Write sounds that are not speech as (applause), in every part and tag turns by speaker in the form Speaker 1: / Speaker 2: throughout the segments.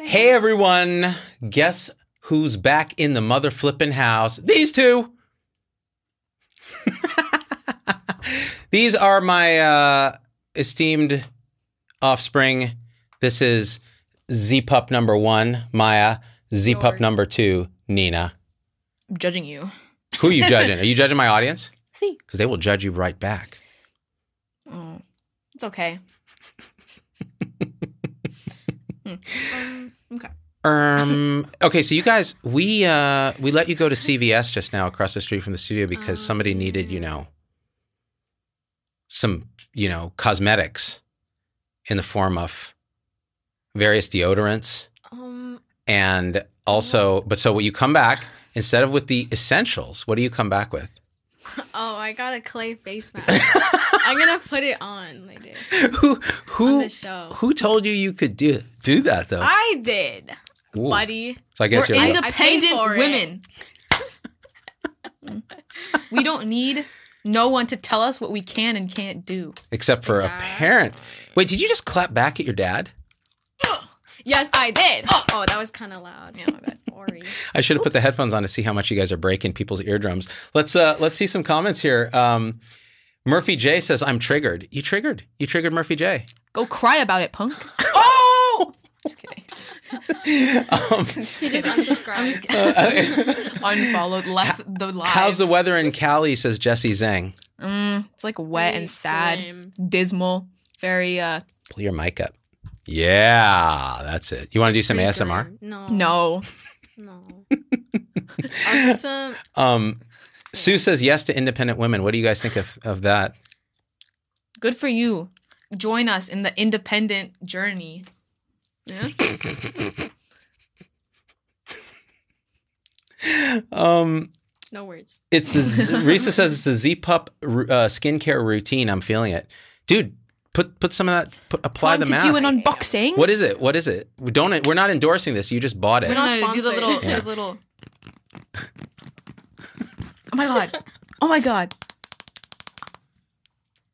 Speaker 1: Hey everyone, guess who's back in the mother flippin' house? These two. (laughs) These are my uh, esteemed offspring. This is Z pup number one, Maya. Z pup
Speaker 2: Sure.
Speaker 1: number two, Nina.
Speaker 2: I'm judging you.
Speaker 1: Who are you judging? Are you judging my audience?
Speaker 2: See.
Speaker 1: Because they will judge you right back.
Speaker 3: Mm.
Speaker 2: Oh, it's okay. Hmm. um, okay.
Speaker 1: Um. Okay, so you guys, we uh we let you go to CVS just now across the street from the studio because
Speaker 2: Oh,
Speaker 1: somebody needed, you
Speaker 2: yeah.
Speaker 1: know, some you know cosmetics in the form of various deodorants
Speaker 2: Um,
Speaker 1: and also, but so what you come back instead of with the essentials, what do you come back
Speaker 2: (laughs)
Speaker 1: with?
Speaker 2: oh, I got a clay
Speaker 3: (laughs)
Speaker 2: face mask. I'm gonna put it on later
Speaker 1: who
Speaker 2: on
Speaker 1: who
Speaker 2: the show.
Speaker 1: who told you you could do do that though?
Speaker 2: I did,
Speaker 3: Oh.
Speaker 1: Ooh.
Speaker 2: buddy.
Speaker 1: So I guess
Speaker 3: We're
Speaker 1: you're right.
Speaker 2: indep- I paid
Speaker 3: independent
Speaker 2: for it.
Speaker 3: women.
Speaker 2: (laughs)
Speaker 3: we don't need no one to tell us what we can and can't do.
Speaker 1: except for a parent. Wait, did you just clap back at your dad?
Speaker 2: Yes, I did. (gasps) Oh, that was kind of loud. Yeah, my bad.
Speaker 3: (laughs)
Speaker 2: Sorry.
Speaker 1: I should have put the headphones on to see how much you guys are breaking people's eardrums. Let's uh let's see some comments here. Um Murphy J says, I'm triggered. You triggered. You triggered Murphy J.
Speaker 3: Go cry about it, punk. (laughs)
Speaker 1: Oh!
Speaker 3: Just kidding.
Speaker 1: (laughs) um,
Speaker 2: He just unsubscribed.
Speaker 3: I'm just kidding.
Speaker 1: uh,
Speaker 3: Unfollowed, left the live.
Speaker 1: how's the weather in Cali, says Jesse Zhang.
Speaker 3: Mm, it's like wet
Speaker 2: Really
Speaker 3: and sad,
Speaker 2: grim.
Speaker 3: dismal, very uh
Speaker 1: Pull your mic up. Yeah, that's it. You want to do some
Speaker 2: Really
Speaker 1: ASMR?
Speaker 2: grim. No.
Speaker 3: no. (laughs)
Speaker 2: No. I'll do some.
Speaker 1: Um, Sue says yes to independent women. What do you guys think of, of that?
Speaker 3: Good for you. Join us in the independent journey. Yeah?
Speaker 1: Um,
Speaker 2: No words.
Speaker 1: It's
Speaker 3: (laughs)
Speaker 1: the Z- Risa says it's the Z Pup uh, skincare routine. I'm feeling it, dude. Put put some of that. Put, apply
Speaker 3: Time
Speaker 1: the
Speaker 3: to
Speaker 1: mask.
Speaker 3: do an unboxing.
Speaker 1: what is it? What is it? We don't. We're not endorsing this. You just bought it.
Speaker 3: We're not
Speaker 2: We're not
Speaker 3: gonna do the
Speaker 2: sponsored.
Speaker 3: little,
Speaker 1: Yeah.
Speaker 3: the little. Oh my god! Oh my god!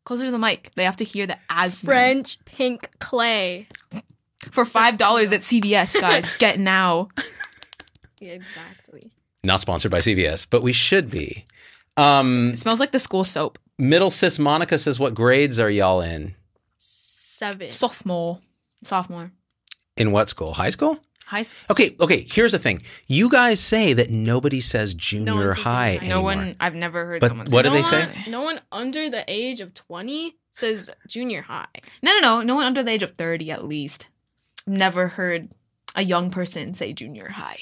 Speaker 3: Closer to the mic. They have to hear the asthma.
Speaker 2: French pink clay.
Speaker 3: For five dollars at CVS,
Speaker 1: (laughs)
Speaker 3: guys, get now.
Speaker 2: Yeah, exactly.
Speaker 1: Not sponsored by CVS, but we should be. Um,
Speaker 3: It smells like the school soap.
Speaker 1: middle sis Monica says, "What grades are y'all in?
Speaker 2: Seven.
Speaker 3: Sophomore, sophomore,
Speaker 1: In what school? High school?
Speaker 3: high school.
Speaker 1: Okay. Okay. Here's the thing. You guys say that nobody says
Speaker 2: No
Speaker 1: junior
Speaker 2: one's taking
Speaker 1: high.
Speaker 2: high.
Speaker 1: Anymore.
Speaker 3: No one. I've never heard
Speaker 1: But
Speaker 3: someone.
Speaker 1: what
Speaker 3: say
Speaker 1: do they
Speaker 2: no
Speaker 1: say?
Speaker 2: One, no one under the age of 20 says junior high.
Speaker 3: No, no, no. No one under the age of thirty, at least. I've never heard a young person say junior high.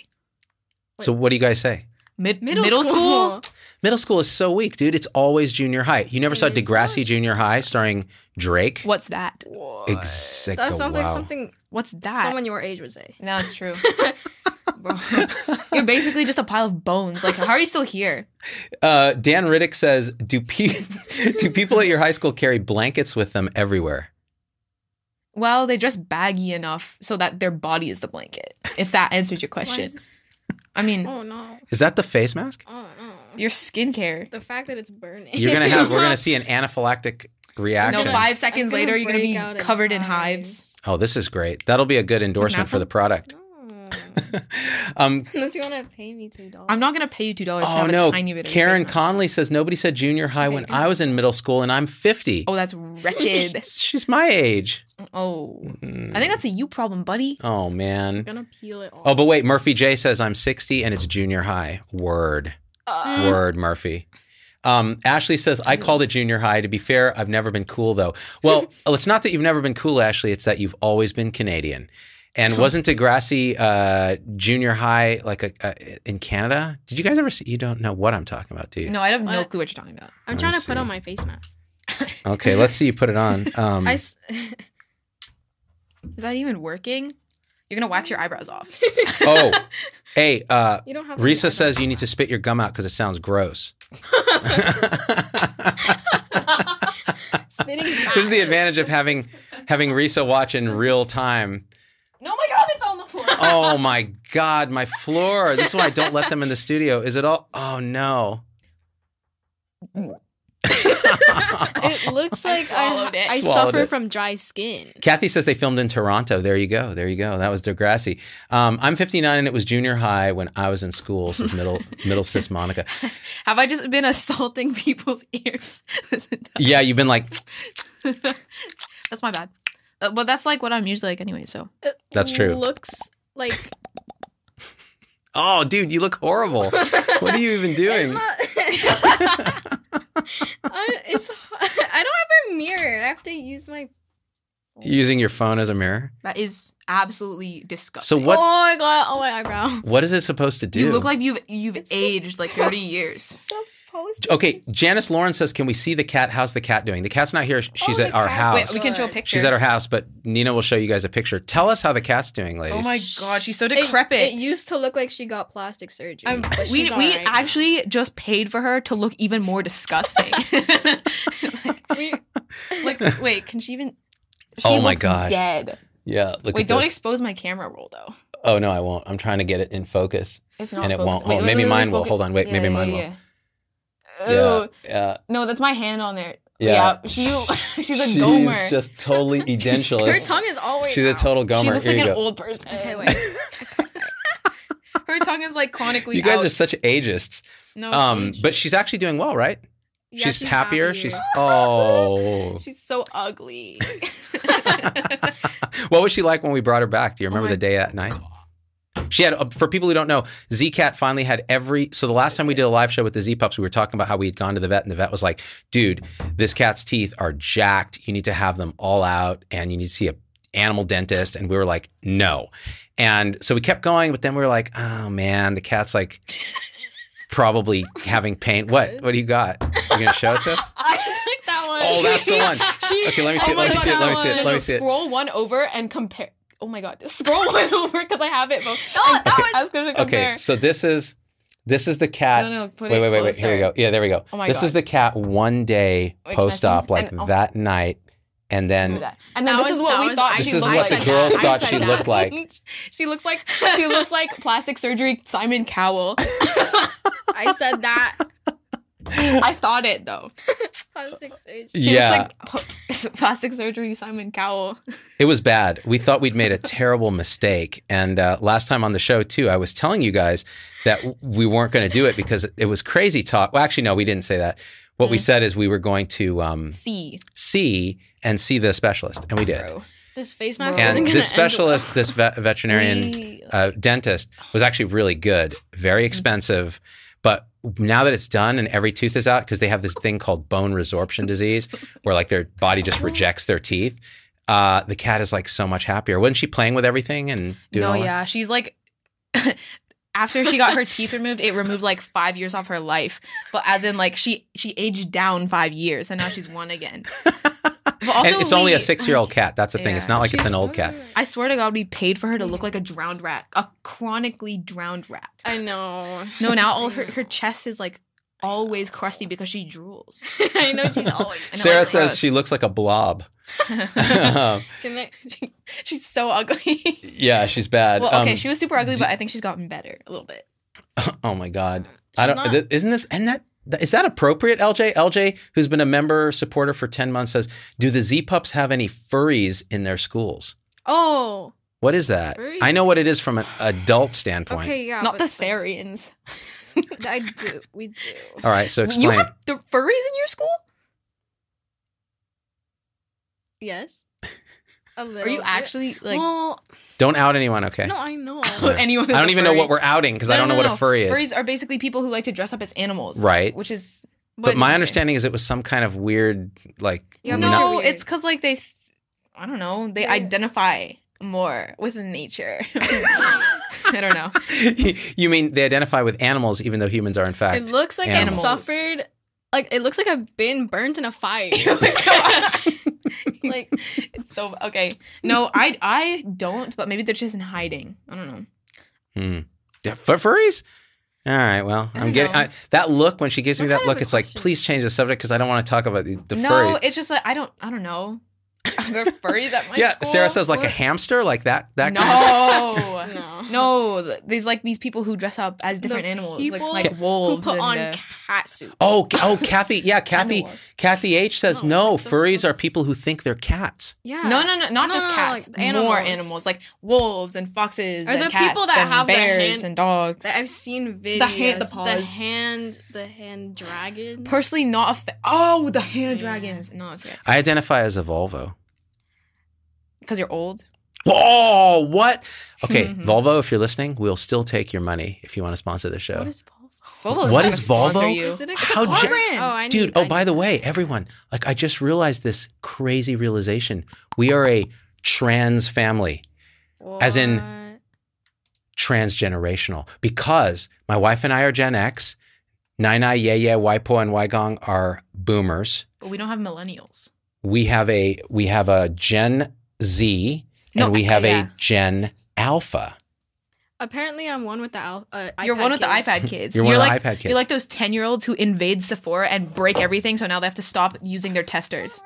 Speaker 1: So what do you guys say?
Speaker 3: Mid middle, school.
Speaker 1: Middle school is so weak, dude. It's always junior high. You never
Speaker 2: It
Speaker 1: saw
Speaker 2: is
Speaker 1: Degrassi
Speaker 2: not.
Speaker 1: Junior High starring Drake.
Speaker 3: What's that?
Speaker 1: Exactly.
Speaker 2: That sounds like
Speaker 1: wow.
Speaker 2: something
Speaker 3: What's that?
Speaker 2: someone your age would say.
Speaker 3: No, it's
Speaker 2: (laughs)
Speaker 3: true. Bro. (laughs) You're basically just a pile of bones. Like, how are you still here?
Speaker 1: (laughs) Uh, Dan Riddick says, "Do pe- (laughs) do people at your high school carry blankets with them everywhere?"
Speaker 3: Well, they dress baggy enough so that their body is the blanket. If that answers your
Speaker 2: Why
Speaker 3: question.
Speaker 2: is this-
Speaker 3: I mean,
Speaker 2: Oh no. (laughs)
Speaker 1: Is that the face mask?
Speaker 2: Oh no.
Speaker 3: your skincare.
Speaker 2: The fact that it's burning.
Speaker 1: You're gonna have.
Speaker 2: (laughs)
Speaker 1: We're gonna see an anaphylactic reaction.
Speaker 3: No, five
Speaker 2: It's
Speaker 3: seconds
Speaker 2: gonna
Speaker 3: later, you're gonna
Speaker 2: break
Speaker 3: be
Speaker 2: out
Speaker 3: covered in hives.
Speaker 1: oh, this is great. That'll be a good endorsement for the product. (laughs)
Speaker 2: No. (laughs)
Speaker 1: um,
Speaker 2: Unless you wanna pay me two dollars.
Speaker 3: I'm not gonna pay you two dollars to
Speaker 1: oh
Speaker 3: have
Speaker 1: no,
Speaker 3: a tiny bit of your
Speaker 1: Karen
Speaker 3: face mask.
Speaker 1: Conley says nobody said junior high
Speaker 2: Okay,
Speaker 1: when
Speaker 2: good.
Speaker 1: I was in middle school, and I'm 50.
Speaker 3: Oh,
Speaker 2: (laughs)
Speaker 3: that's wretched.
Speaker 1: She's my age.
Speaker 3: oh,
Speaker 1: Mm.
Speaker 3: I think that's a you problem, buddy.
Speaker 1: Oh man.
Speaker 2: gonna peel it off.
Speaker 1: Oh, but wait, Murphy J says I'm 60 and it's junior high. Word.
Speaker 2: Uh,
Speaker 1: Word, Murphy. Um, Ashley says, I called it junior high. To be fair, I've never been cool though. Well,
Speaker 2: (laughs)
Speaker 1: it's not that you've never been cool, Ashley. It's that you've always been Canadian. And wasn't Degrassi uh, junior high like a, a, in Canada? Did you guys ever see? You don't know what I'm talking about, do you?
Speaker 3: No, I have no
Speaker 2: What?
Speaker 3: clue what you're talking about.
Speaker 2: I'm
Speaker 1: I
Speaker 2: trying to
Speaker 1: see.
Speaker 2: put on my face mask.
Speaker 1: Okay, let's see you put it on.
Speaker 2: (laughs)
Speaker 1: Um,
Speaker 2: I s-
Speaker 3: Is that even working? You're gonna wax your eyebrows off.
Speaker 2: (laughs)
Speaker 1: oh, hey, uh,
Speaker 2: you don't have to do
Speaker 1: Risa
Speaker 2: that.
Speaker 1: says you need to spit your gum out because it sounds
Speaker 2: (laughs)
Speaker 1: gross. (laughs)
Speaker 2: (laughs) Spitting
Speaker 1: this is the advantage of having having Risa watch in real time.
Speaker 3: no, my god, it fell on the floor.
Speaker 1: Oh my god, my floor. This is why
Speaker 3: (laughs)
Speaker 1: I don't let them in the studio. Is it all? Oh no.
Speaker 2: It looks
Speaker 3: I
Speaker 2: like I,
Speaker 3: swallowed it.
Speaker 2: I
Speaker 1: Swallowed
Speaker 2: suffer
Speaker 1: it.
Speaker 2: from dry skin.
Speaker 1: Kathy says they filmed in Toronto. There you go. There you go. That was Degrassi. Um, I'm 59 and it was junior high when I was in school, says middle middle sis Monica.
Speaker 3: Have I just been assaulting (laughs) people's ears? (laughs) this entire-
Speaker 1: Yeah, you've been like,
Speaker 3: (laughs) that's my bad. Uh, but that's like what I'm usually like anyway. So
Speaker 2: It
Speaker 1: That's true.
Speaker 2: Looks like
Speaker 1: oh, dude, you look horrible. (laughs) What are you even doing? (laughs)
Speaker 2: (laughs) I, it's (laughs) I don't have a mirror. I have to use my.
Speaker 1: Using your phone as a mirror.
Speaker 3: that is absolutely
Speaker 1: So
Speaker 3: disgusting.
Speaker 1: what
Speaker 2: Oh my god! Oh my eyebrow.
Speaker 1: what is it supposed to do?
Speaker 3: You look like you've you've
Speaker 2: It's so-
Speaker 3: aged like 30
Speaker 2: (laughs)
Speaker 3: years.
Speaker 2: Supposed.
Speaker 1: okay, Janice Lauren says, can we see the cat? How's the cat doing? The cat's not here. She's
Speaker 2: Oh,
Speaker 1: at
Speaker 2: the
Speaker 1: our
Speaker 2: cat.
Speaker 1: house.
Speaker 3: Wait, we can show a
Speaker 2: She's
Speaker 3: picture.
Speaker 1: She's at our house, but Nina will show you guys a picture. Tell us how the cat's doing, ladies.
Speaker 3: oh my god, she's so
Speaker 2: It-
Speaker 3: decrepit.
Speaker 2: It, used to look like she got plastic surgery.
Speaker 3: Um,
Speaker 2: but
Speaker 3: we
Speaker 2: she's all
Speaker 3: we
Speaker 2: right now. (laughs)
Speaker 3: actually just paid for her to look even more disgusting.
Speaker 2: (laughs)
Speaker 3: (laughs) like,
Speaker 1: (laughs)
Speaker 2: We,
Speaker 3: like, wait, can she even? She
Speaker 1: Oh my
Speaker 3: looks
Speaker 1: gosh.
Speaker 3: Dead.
Speaker 1: Yeah, look
Speaker 3: wait,
Speaker 1: at
Speaker 3: don't
Speaker 1: this.
Speaker 3: expose my camera roll though.
Speaker 1: oh no, I won't. I'm trying to get it in focus,
Speaker 3: It's not.
Speaker 1: and it
Speaker 3: focused.
Speaker 1: won't.
Speaker 3: Wait,
Speaker 1: Hold
Speaker 3: wait,
Speaker 1: on.
Speaker 3: wait,
Speaker 1: maybe
Speaker 3: wait,
Speaker 1: mine will.
Speaker 3: focus.
Speaker 1: Hold on. Wait,
Speaker 3: Yeah,
Speaker 1: maybe
Speaker 3: yeah,
Speaker 1: mine
Speaker 3: yeah.
Speaker 1: will.
Speaker 3: Oh
Speaker 1: Yeah, yeah.
Speaker 3: no, that's my hand on there.
Speaker 1: Yeah.
Speaker 3: Yeah, she (laughs) she's a gomer.
Speaker 1: She's just
Speaker 3: (laughs)
Speaker 1: totally
Speaker 2: her
Speaker 1: edentulous.
Speaker 2: tongue is always.
Speaker 1: She's a
Speaker 2: tongue.
Speaker 1: total gomer.
Speaker 3: she looks
Speaker 1: Here
Speaker 3: like
Speaker 1: you
Speaker 3: an
Speaker 1: go.
Speaker 3: old person.
Speaker 2: Okay, wait.
Speaker 3: (laughs) Her tongue is like chronically.
Speaker 1: you guys
Speaker 3: out.
Speaker 1: are such ageists.
Speaker 3: no,
Speaker 1: Um,
Speaker 3: she-
Speaker 1: but she's actually doing well, right?
Speaker 2: Yeah,
Speaker 1: she's, happier.
Speaker 3: (laughs)
Speaker 2: (laughs)
Speaker 1: She's oh.
Speaker 3: she's so
Speaker 1: (laughs)
Speaker 3: ugly. (laughs)
Speaker 1: what was she like when we brought her back? Do you
Speaker 3: Oh
Speaker 1: remember
Speaker 3: my
Speaker 1: the day at night? She had, uh, for people who don't know, Z Cat finally had every. So the last time we did a live show with the Z Pups, we were talking about how we had gone to the vet, and the vet was like, "Dude, this cat's teeth are jacked. You need to have them all out, and you need to see a animal dentist." And we were like, "No," and so we kept going, but then we were like, "Oh man, the cat's like probably having
Speaker 3: (laughs)
Speaker 1: pain. What? What do you got? You gonna show it to us?
Speaker 3: I took (laughs) that one.
Speaker 1: Oh, that's the one.
Speaker 3: She-
Speaker 1: Okay, let me see
Speaker 3: oh
Speaker 1: it.
Speaker 3: my
Speaker 1: Let me
Speaker 3: God,
Speaker 1: see it. Let me
Speaker 3: that
Speaker 1: see
Speaker 3: one.
Speaker 1: it. Let
Speaker 3: No,
Speaker 1: me see it.
Speaker 3: Scroll one over and compare. Oh my god, (laughs) scroll one over because I have it both.
Speaker 2: Oh, that (laughs)
Speaker 3: I was gonna compare.
Speaker 1: (laughs) Okay, so this is this is the cat.
Speaker 3: No, no, put
Speaker 1: wait,
Speaker 3: it
Speaker 1: wait, wait, wait.
Speaker 3: closer.
Speaker 1: Here we go. Yeah, there we go.
Speaker 3: Oh my
Speaker 1: this
Speaker 3: God.
Speaker 1: is the cat one day
Speaker 3: Wait, can I
Speaker 1: post op,
Speaker 3: see?
Speaker 1: like
Speaker 3: And also-
Speaker 1: that night, and
Speaker 3: Do
Speaker 1: then
Speaker 3: that. And then
Speaker 2: That
Speaker 3: this
Speaker 2: was-
Speaker 3: is
Speaker 2: that
Speaker 3: what we
Speaker 2: was-
Speaker 3: thought.
Speaker 2: I
Speaker 1: This
Speaker 3: she
Speaker 1: is
Speaker 3: looked
Speaker 1: what the
Speaker 3: like.
Speaker 1: girls
Speaker 3: I
Speaker 1: thought
Speaker 3: said
Speaker 1: she
Speaker 3: that.
Speaker 1: looked like.
Speaker 3: (laughs) she looks like she looks like plastic surgery Simon Cowell.
Speaker 2: I said that.
Speaker 1: (laughs)
Speaker 3: I thought it though.
Speaker 2: (laughs) Plastic surgery.
Speaker 3: She
Speaker 1: Yeah.
Speaker 3: looks like po- (laughs) plastic surgery Simon Cowell.
Speaker 1: it was bad. We thought we'd made a terrible mistake. And uh, last time on the show too, I was telling you guys that w- we weren't going to do it because it was crazy talk. Well, actually, no, we didn't say that. What we
Speaker 3: Mm.
Speaker 1: said is we were going to um,
Speaker 3: C.
Speaker 1: see and see the specialist, and we did.
Speaker 3: Bro.
Speaker 2: This face mask
Speaker 3: Bro.
Speaker 2: isn't
Speaker 1: And
Speaker 2: gonna
Speaker 1: this
Speaker 2: end well.
Speaker 1: specialist, this vet-
Speaker 3: (laughs)
Speaker 1: veterinarian,
Speaker 3: We- Mm-hmm.
Speaker 1: uh, dentist was actually really good, very expensive. But now that it's done and every tooth is out, because they have this thing called bone resorption disease, where like their body
Speaker 3: Oh.
Speaker 1: just rejects their teeth. Uh, the cat is like so much happier. Wasn't she playing with everything and doing?
Speaker 3: no,
Speaker 1: all that?
Speaker 3: yeah, she's like. (laughs) After she got her teeth removed, it removed like five years off her life. But as in, like she she aged down five years, and now she's one
Speaker 1: (laughs)
Speaker 3: again. But also,
Speaker 1: and it's only
Speaker 3: we- (laughs)
Speaker 1: a six-year-old cat. That's the thing. It's
Speaker 3: Yeah.
Speaker 1: not like it's
Speaker 2: She's
Speaker 1: an old cat.
Speaker 2: fine.
Speaker 3: I swear to God, we paid for her to look like a drowned rat, a chronically drowned rat.
Speaker 2: I know.
Speaker 3: No, now all (laughs) her her chest is like always crusty because she drools.
Speaker 2: (laughs) I
Speaker 3: (laughs)
Speaker 2: know she's always.
Speaker 3: I know,
Speaker 1: Sarah
Speaker 3: like,
Speaker 1: says
Speaker 3: gross.
Speaker 1: she looks like
Speaker 3: (laughs)
Speaker 1: a blob. (laughs) Um,
Speaker 2: Can I,
Speaker 3: She- (laughs) she's so ugly.
Speaker 1: yeah, she's bad.
Speaker 3: well, okay,
Speaker 1: Um,
Speaker 3: she was super ugly, but I think she's gotten better a little bit.
Speaker 1: (laughs) oh my god. I
Speaker 2: She's
Speaker 1: don't.
Speaker 2: not-
Speaker 1: th- isn't this and that? th- Is that appropriate, LJ? LJ, who's been a member supporter for ten months, says, "Do the Z Pups have any furries in their schools?
Speaker 2: oh,
Speaker 1: What is that?
Speaker 2: Furries?
Speaker 1: I know what it is from an adult standpoint.
Speaker 2: okay, yeah.
Speaker 3: Not the
Speaker 2: but it's like-
Speaker 3: Tharians.
Speaker 1: (laughs)
Speaker 2: I do. We do.
Speaker 1: All right, so
Speaker 3: You
Speaker 1: explain.
Speaker 3: have the furries in your school?
Speaker 2: Yes. A little
Speaker 3: Are you
Speaker 2: bit.
Speaker 3: actually like?
Speaker 2: well,
Speaker 1: don't out anyone, okay?
Speaker 2: no, I know.
Speaker 3: (laughs)
Speaker 1: Alright.
Speaker 3: anyone
Speaker 1: I
Speaker 3: who's
Speaker 1: don't
Speaker 3: a
Speaker 1: even know
Speaker 3: furry?
Speaker 1: what we're outing because I
Speaker 3: No,
Speaker 1: don't know
Speaker 3: no,
Speaker 1: what a
Speaker 3: no.
Speaker 1: furry is.
Speaker 3: Furries are basically people who like to dress up as animals,
Speaker 1: Right.
Speaker 3: Which is
Speaker 1: but my
Speaker 3: okay.
Speaker 1: understanding is it was some kind of weird, like
Speaker 2: Yeah,
Speaker 1: no- (laughs)
Speaker 2: not
Speaker 3: no,
Speaker 2: weird.
Speaker 3: it's because like they, th- I don't know, they
Speaker 2: Yeah.
Speaker 3: identify more with nature. (laughs) I don't know.
Speaker 1: you mean they identify with animals, even though humans are in fact.
Speaker 2: It looks like
Speaker 1: Animals.
Speaker 2: I've suffered. Like it looks like I've been burnt in
Speaker 1: (laughs)
Speaker 2: a fire. (laughs)
Speaker 3: (laughs) like it's so okay. No, I I don't. But maybe they're just in hiding. I don't know.
Speaker 1: Hmm. Yeah, fur- furries? All right, well, I'm
Speaker 3: don't
Speaker 1: getting
Speaker 3: know.
Speaker 1: I, that look when she gives me
Speaker 2: What
Speaker 1: that
Speaker 2: kind
Speaker 1: look.
Speaker 2: of a
Speaker 1: It's like,
Speaker 2: question?
Speaker 1: please change the subject because I don't want to talk about the, the
Speaker 3: no,
Speaker 1: furries.
Speaker 3: it's just like I don't. I don't know. (laughs) Are there furries at my
Speaker 1: yeah,
Speaker 3: school?
Speaker 1: (laughs) Sarah says like a
Speaker 3: What?
Speaker 1: hamster, like that. That kind of-
Speaker 3: no.
Speaker 2: no.
Speaker 3: No, Oh, th- there's like these people who dress up as different animals, like,
Speaker 2: people
Speaker 3: like wolves.
Speaker 2: Who
Speaker 3: and
Speaker 2: put on
Speaker 3: the-
Speaker 2: cat suits?
Speaker 1: Oh, Ca- oh, Kathy.
Speaker 2: (laughs)
Speaker 1: Yeah, Kathy.
Speaker 3: wolf.
Speaker 1: Kathy H says
Speaker 2: No,
Speaker 1: no.
Speaker 2: what the
Speaker 1: Furries
Speaker 2: fuck?
Speaker 1: are people who think they're cats.
Speaker 2: yeah.
Speaker 3: no, no, no, not
Speaker 2: No,
Speaker 3: just
Speaker 2: no, no,
Speaker 3: cats.
Speaker 2: like
Speaker 3: More
Speaker 2: animals.
Speaker 3: animals, like wolves and foxes.
Speaker 2: Or
Speaker 3: and
Speaker 2: the
Speaker 3: cats
Speaker 2: people that
Speaker 3: and
Speaker 2: have their
Speaker 3: bears
Speaker 2: hand-
Speaker 3: and dogs.
Speaker 2: That I've seen videos.
Speaker 3: The hand- the paws.
Speaker 2: hand, the hand dragons.
Speaker 3: Personally, not a. Fa- oh, the hand
Speaker 2: Yeah.
Speaker 3: dragons. No, it's okay.
Speaker 1: I identify as a Volvo.
Speaker 3: Because you're old.
Speaker 1: Oh, what?
Speaker 2: (laughs)
Speaker 1: Okay,
Speaker 3: Mhm.
Speaker 1: Volvo, if you're listening, we'll still take your money if you want to sponsor the show.
Speaker 2: What is Volvo?
Speaker 3: Volvo's
Speaker 1: What
Speaker 3: not
Speaker 1: is
Speaker 3: gonna sponsor
Speaker 1: Volvo?
Speaker 3: you.
Speaker 2: Is it a
Speaker 1: How
Speaker 2: car
Speaker 1: gen-
Speaker 2: brand? Oh, I
Speaker 1: Dude,
Speaker 2: need-
Speaker 1: oh,
Speaker 2: I
Speaker 1: by
Speaker 2: need
Speaker 1: the way,
Speaker 2: that.
Speaker 1: everyone, like I just realized this crazy realization. We are a trans family, as in-
Speaker 2: What?
Speaker 1: transgenerational, because my wife and I are Gen X, Nai Nai, Yeah Yeah, Waipo, and Waigong are boomers.
Speaker 3: But we don't have millennials.
Speaker 1: We have a we have a Gen Z and
Speaker 3: No,
Speaker 1: we have
Speaker 3: yeah.
Speaker 1: a Gen Alpha.
Speaker 2: apparently I'm one with the al- uh,
Speaker 3: You're one with the
Speaker 2: kids.
Speaker 3: iPad kids.
Speaker 1: You're, one
Speaker 3: like
Speaker 1: of the iPad kids.
Speaker 3: You're like those 10 year olds who invade Sephora and break everything, so now they have to stop using their testers.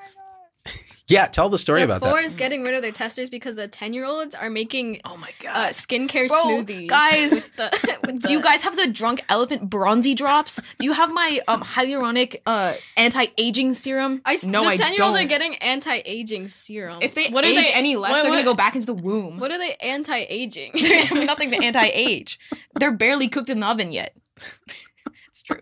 Speaker 1: yeah, tell the story
Speaker 2: so
Speaker 1: about
Speaker 2: four
Speaker 1: that.
Speaker 2: is getting rid of their testers because the ten year olds are making
Speaker 3: Oh my
Speaker 2: uh, skincare
Speaker 3: Bro,
Speaker 2: smoothies.
Speaker 3: guys,
Speaker 2: with (laughs) the,
Speaker 3: (laughs)
Speaker 2: with
Speaker 3: Do you
Speaker 2: the-
Speaker 3: guys have the drunk elephant bronzy drops? Do you have my um, hyaluronic uh, anti aging serum?
Speaker 2: I, s-
Speaker 3: no,
Speaker 2: the
Speaker 3: I
Speaker 2: ten year olds are
Speaker 3: don't.
Speaker 2: getting anti aging serum.
Speaker 3: If they
Speaker 2: what
Speaker 3: age
Speaker 2: are they
Speaker 3: any less,
Speaker 2: what-
Speaker 3: they're
Speaker 2: what-
Speaker 3: gonna go back into the womb. (laughs)
Speaker 2: What are they anti aging? (laughs)
Speaker 3: Nothing to anti age. They're barely cooked in the oven
Speaker 2: (laughs)
Speaker 3: yet. it's true.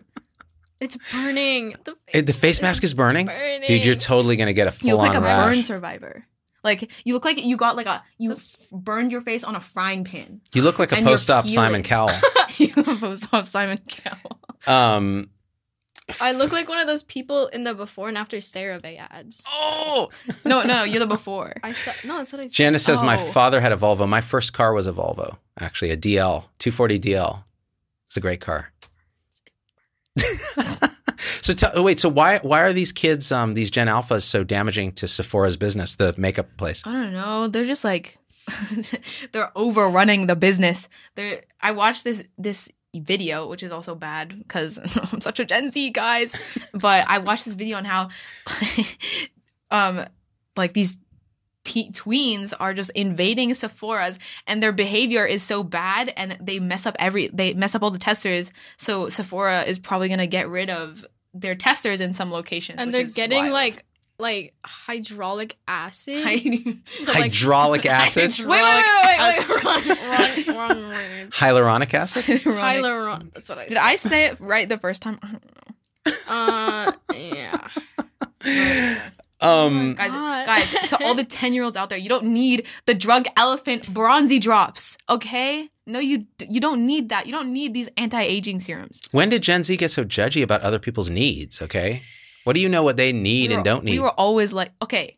Speaker 2: It's burning. The face,
Speaker 1: Eh, the face mask is burning.
Speaker 2: burning.
Speaker 1: Dude, you're totally gonna get a
Speaker 3: You
Speaker 1: full
Speaker 3: look like
Speaker 1: on
Speaker 3: a
Speaker 1: rash.
Speaker 3: burn survivor. Like you look like you got like a you
Speaker 2: That's-
Speaker 3: burned your face on a frying pan. (laughs)
Speaker 1: You look like a
Speaker 3: and you're
Speaker 1: post op Simon
Speaker 3: peeling.
Speaker 1: Cowell.
Speaker 3: you post off Simon Cowell.
Speaker 1: Um,
Speaker 2: I look like one of those people in the before and after CeraVe ads.
Speaker 3: Oh no, no, you're the before.
Speaker 2: I saw, no, that's what I said.
Speaker 1: Janice says my
Speaker 3: Oh.
Speaker 1: father had a Volvo. My first car was a Volvo, actually a DL, 240 DL. It's a great car. (laughs) so tell wait, so why why are these kids, um, these Gen Alphas, so damaging to Sephora's business, the makeup place?
Speaker 3: (laughs) I don't know. They're just like (laughs) they're overrunning the business. They're I watched this this video, which is also bad because (laughs) I'm such a Gen Z guys. But I watched this video on how (laughs) um like these te- tweens are just invading Sephora's and their behavior is so bad and they mess up every they mess up all the testers. So Sephora is probably gonna get rid of their testers in some locations.
Speaker 2: and
Speaker 3: which
Speaker 2: they're
Speaker 3: is
Speaker 2: getting
Speaker 3: wild. (laughs)
Speaker 2: like like hydraulic acid. (laughs) to, like- (laughs)
Speaker 1: Hydraulic acid,
Speaker 3: Wait, wait, wait, wait, wait, wait.
Speaker 2: Hydraulic- wrong, wrong, wrong word.
Speaker 1: hyaluronic acid.
Speaker 3: Hyaluronic-
Speaker 2: Hyaluron. That's what I
Speaker 3: Did I say it right the first time? I don't know.
Speaker 2: Uh,
Speaker 3: (laughs)
Speaker 2: yeah.
Speaker 1: Um,
Speaker 3: Guys,
Speaker 2: Oh God.
Speaker 3: guys, to
Speaker 2: (laughs)
Speaker 3: all the 10 year olds out there, you don't need the drug elephant bronzy drops, okay? No, you d- you don't need that. You don't need these anti aging serums.
Speaker 1: when did Gen Z get so judgy about other people's needs? Okay, what do you know what they need
Speaker 3: We
Speaker 1: and
Speaker 3: were-
Speaker 1: don't need?
Speaker 3: We were always like, okay,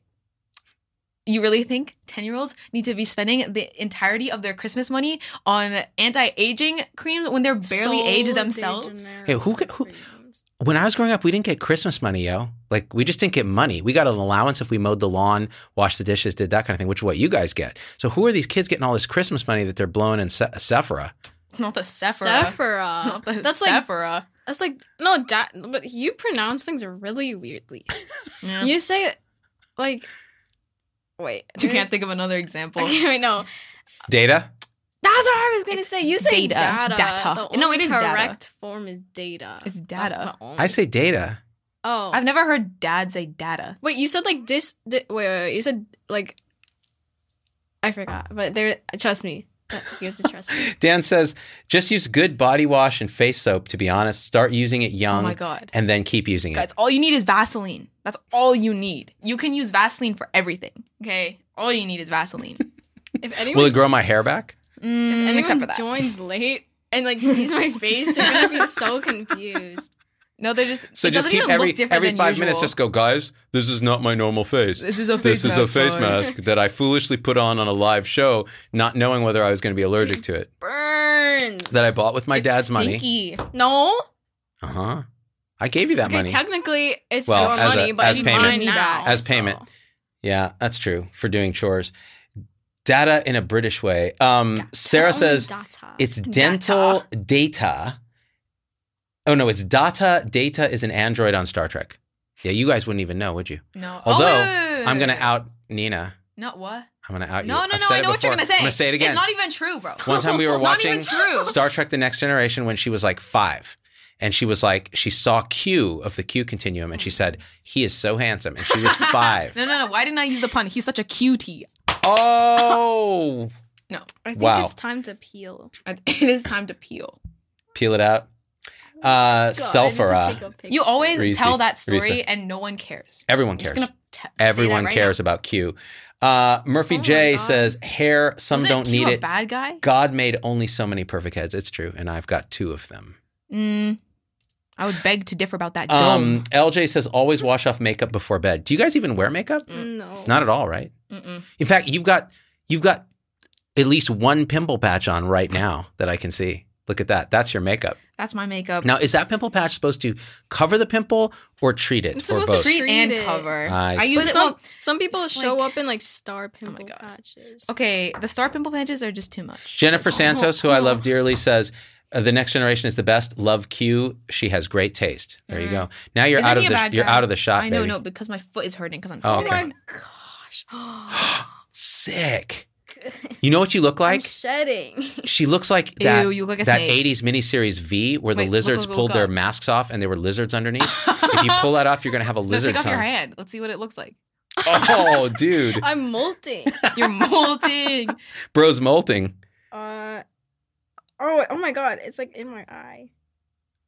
Speaker 3: you really think 10 year olds need to be spending the entirety of their Christmas money on anti aging cream when they're barely
Speaker 2: Sol
Speaker 3: age
Speaker 2: de
Speaker 3: themselves?
Speaker 2: Janeiro
Speaker 1: Hey, who ca- who-
Speaker 2: creams.
Speaker 1: when I was growing up, we didn't get Christmas money, yo. Like we just didn't get money. We got an allowance if we mowed the lawn, washed the dishes, did that kind of thing, which is what you guys get. So who are these kids getting all this Christmas money that they're blowing in Se- Sephora?
Speaker 3: Not the Sephora.
Speaker 2: Sephora.
Speaker 3: (laughs) Not the
Speaker 2: That's like
Speaker 3: Sephora.
Speaker 2: that's like no, da- but you pronounce things really weirdly.
Speaker 3: Yeah.
Speaker 2: (laughs) You say like wait,
Speaker 3: You can't
Speaker 2: there's- (laughs)
Speaker 3: think of another example.
Speaker 2: Okay, wait, no.
Speaker 1: Data?
Speaker 2: That's what I was gonna say. You say
Speaker 3: data.
Speaker 2: data.
Speaker 3: Data.
Speaker 2: The
Speaker 3: No,
Speaker 2: only
Speaker 3: it is data.
Speaker 2: correct form is data.
Speaker 3: It's
Speaker 2: That's
Speaker 3: data.
Speaker 2: the only-
Speaker 1: I say data.
Speaker 2: Oh,
Speaker 3: I've never heard dad say data.
Speaker 2: wait. You said like dis. Di- wait, wait, wait, you said like. I forgot, but there. Trust me. You have to trust (laughs) me.
Speaker 1: Dan says, just use good body wash and face soap, to be honest. Start using it
Speaker 3: oh
Speaker 1: young
Speaker 3: my god.
Speaker 1: and then keep using it.
Speaker 3: Guys, all you need is Vaseline. That's all you need. You can use Vaseline for everything. Okay? All you need is
Speaker 1: (laughs)
Speaker 3: Vaseline.
Speaker 2: If
Speaker 1: Will
Speaker 2: anyone,
Speaker 1: it grow my hair back?
Speaker 3: Mm,
Speaker 2: if anyone
Speaker 3: except for that.
Speaker 2: joins late and (laughs) like sees my face, they're gonna be so confused.
Speaker 3: no, they're just
Speaker 1: So
Speaker 3: it
Speaker 1: just
Speaker 3: doesn't
Speaker 1: keep
Speaker 3: even
Speaker 1: every
Speaker 3: look different
Speaker 1: every
Speaker 3: than
Speaker 1: five
Speaker 3: usual.
Speaker 1: minutes just go, guys, this is not my normal face.
Speaker 3: This is a face
Speaker 1: This is
Speaker 3: mask.
Speaker 1: a face
Speaker 3: guys. (laughs)
Speaker 1: mask that I foolishly put on on a live show, not knowing whether I was going to be allergic to it.
Speaker 2: (laughs) Burns.
Speaker 1: That I bought with my
Speaker 3: It's
Speaker 1: dad's money.
Speaker 3: stinky.
Speaker 2: no.
Speaker 1: Uh huh. I gave you that
Speaker 2: Okay,
Speaker 1: money.
Speaker 2: technically it's
Speaker 1: Well,
Speaker 2: your
Speaker 1: as a-
Speaker 2: money, but
Speaker 1: as
Speaker 2: it's
Speaker 1: payment.
Speaker 2: mine now.
Speaker 1: As payment.
Speaker 2: so.
Speaker 1: yeah, that's true for doing chores. Data in a British way. Um, Sarah
Speaker 2: It's only
Speaker 1: says
Speaker 2: data.
Speaker 1: it's dental data. Oh no, it's data. Data is an android on Star Trek. Yeah, you guys wouldn't even know, would you?
Speaker 3: No. Oh,
Speaker 1: Although,
Speaker 3: wait, wait, wait, wait,
Speaker 1: I'm gonna
Speaker 3: wait.
Speaker 1: out Nina.
Speaker 3: No, what?
Speaker 1: I'm gonna out you.
Speaker 3: Uh. No, no,
Speaker 1: I've
Speaker 3: no.
Speaker 1: said
Speaker 3: I
Speaker 1: it
Speaker 3: know what you're
Speaker 1: before.
Speaker 3: gonna say.
Speaker 1: I'm gonna say it again.
Speaker 3: It's not even true, bro.
Speaker 1: One
Speaker 3: (laughs)
Speaker 1: time we were
Speaker 3: it's
Speaker 1: watching
Speaker 3: Not even true.
Speaker 1: Star Trek: The Next Generation when she was like five, and she was like, she saw Q of the Q continuum, and she said, "He is so handsome," and she
Speaker 3: (laughs)
Speaker 1: was five.
Speaker 3: No, no, no. Why didn't I use the pun? He's such a cutie.
Speaker 1: oh,
Speaker 2: I think
Speaker 1: Wow.
Speaker 2: it's time to peel.
Speaker 3: I- (laughs) It is time to peel.
Speaker 1: peel it out. Uh,
Speaker 2: God, I need to take
Speaker 1: Sulfura.
Speaker 2: a picture.
Speaker 3: You always
Speaker 1: Reese,
Speaker 3: tell that story
Speaker 1: Reese.
Speaker 3: and no one cares.
Speaker 1: Everyone
Speaker 3: I'm just
Speaker 1: cares.
Speaker 3: gonna te- say that
Speaker 1: Everyone
Speaker 3: right
Speaker 1: cares about Q. Uh, Murphy
Speaker 2: Oh my
Speaker 1: J
Speaker 2: God.
Speaker 1: says hair.
Speaker 3: now.
Speaker 1: Some
Speaker 3: Wasn't
Speaker 1: don't
Speaker 3: Q
Speaker 1: need
Speaker 3: a
Speaker 1: it.
Speaker 3: Bad guy.
Speaker 1: God made only so many perfect heads. It's true, and I've got two of them.
Speaker 3: Mm, I would beg to differ about that. Dome.
Speaker 1: Um, LJ says always wash off makeup before bed. Do you guys even wear makeup?
Speaker 2: Mm, No.
Speaker 1: Not at all, right?
Speaker 3: Mm-mm.
Speaker 1: In fact, you've got you've got at least one pimple patch on right now that I can see. Look at that. That's your makeup.
Speaker 3: That's my makeup.
Speaker 1: Now, is that pimple patch supposed to cover the pimple or treat it
Speaker 2: It's
Speaker 1: or
Speaker 2: supposed to
Speaker 1: both?
Speaker 3: treat
Speaker 2: Treat
Speaker 3: and
Speaker 2: it.
Speaker 3: cover.
Speaker 1: I
Speaker 3: I
Speaker 1: see.
Speaker 3: use
Speaker 2: But
Speaker 3: it.
Speaker 2: some
Speaker 3: Well,
Speaker 2: some people
Speaker 3: it's
Speaker 2: show
Speaker 3: like-
Speaker 2: up in like Oh star pimple
Speaker 3: God.
Speaker 2: patches.
Speaker 3: okay, the star pimple patches are just too much.
Speaker 1: Jennifer
Speaker 3: That's all.
Speaker 1: Santos, who I love dearly, says uh, the next generation is the best. Love Q. She has great taste. There you
Speaker 3: Mm.
Speaker 1: go. Now you're
Speaker 3: Isn't
Speaker 1: out of
Speaker 3: he a
Speaker 1: the
Speaker 3: bad
Speaker 1: you're
Speaker 3: guy?
Speaker 1: out of the shot.
Speaker 3: I know,
Speaker 1: baby.
Speaker 3: no, because my foot is hurting because I'm
Speaker 1: Oh,
Speaker 3: sick.
Speaker 1: okay.
Speaker 2: my gosh.
Speaker 1: (gasps)
Speaker 2: (gasps)
Speaker 1: Sick. You know what you look like?
Speaker 2: I'm shedding. (laughs)
Speaker 1: She looks like
Speaker 3: Ew,
Speaker 1: that.
Speaker 3: you look like a
Speaker 1: that
Speaker 3: snake.
Speaker 1: 80s miniseries V where
Speaker 3: Wait,
Speaker 1: the
Speaker 3: look,
Speaker 1: lizards
Speaker 3: look, look
Speaker 1: pulled their
Speaker 3: up.
Speaker 1: masks off and there were
Speaker 3: (laughs)
Speaker 1: lizards underneath. (laughs) if you pull that off, you're going to have a
Speaker 3: No,
Speaker 1: lizard
Speaker 3: take off your
Speaker 1: tongue.
Speaker 3: hand. Let's see what it looks like.
Speaker 1: (laughs)
Speaker 3: (laughs)
Speaker 1: Oh, dude.
Speaker 2: I'm
Speaker 1: (laughs)
Speaker 2: molting.
Speaker 3: You're molting.
Speaker 1: Bro's molting. (laughs)
Speaker 2: Uh oh, oh my god, it's like in my eye.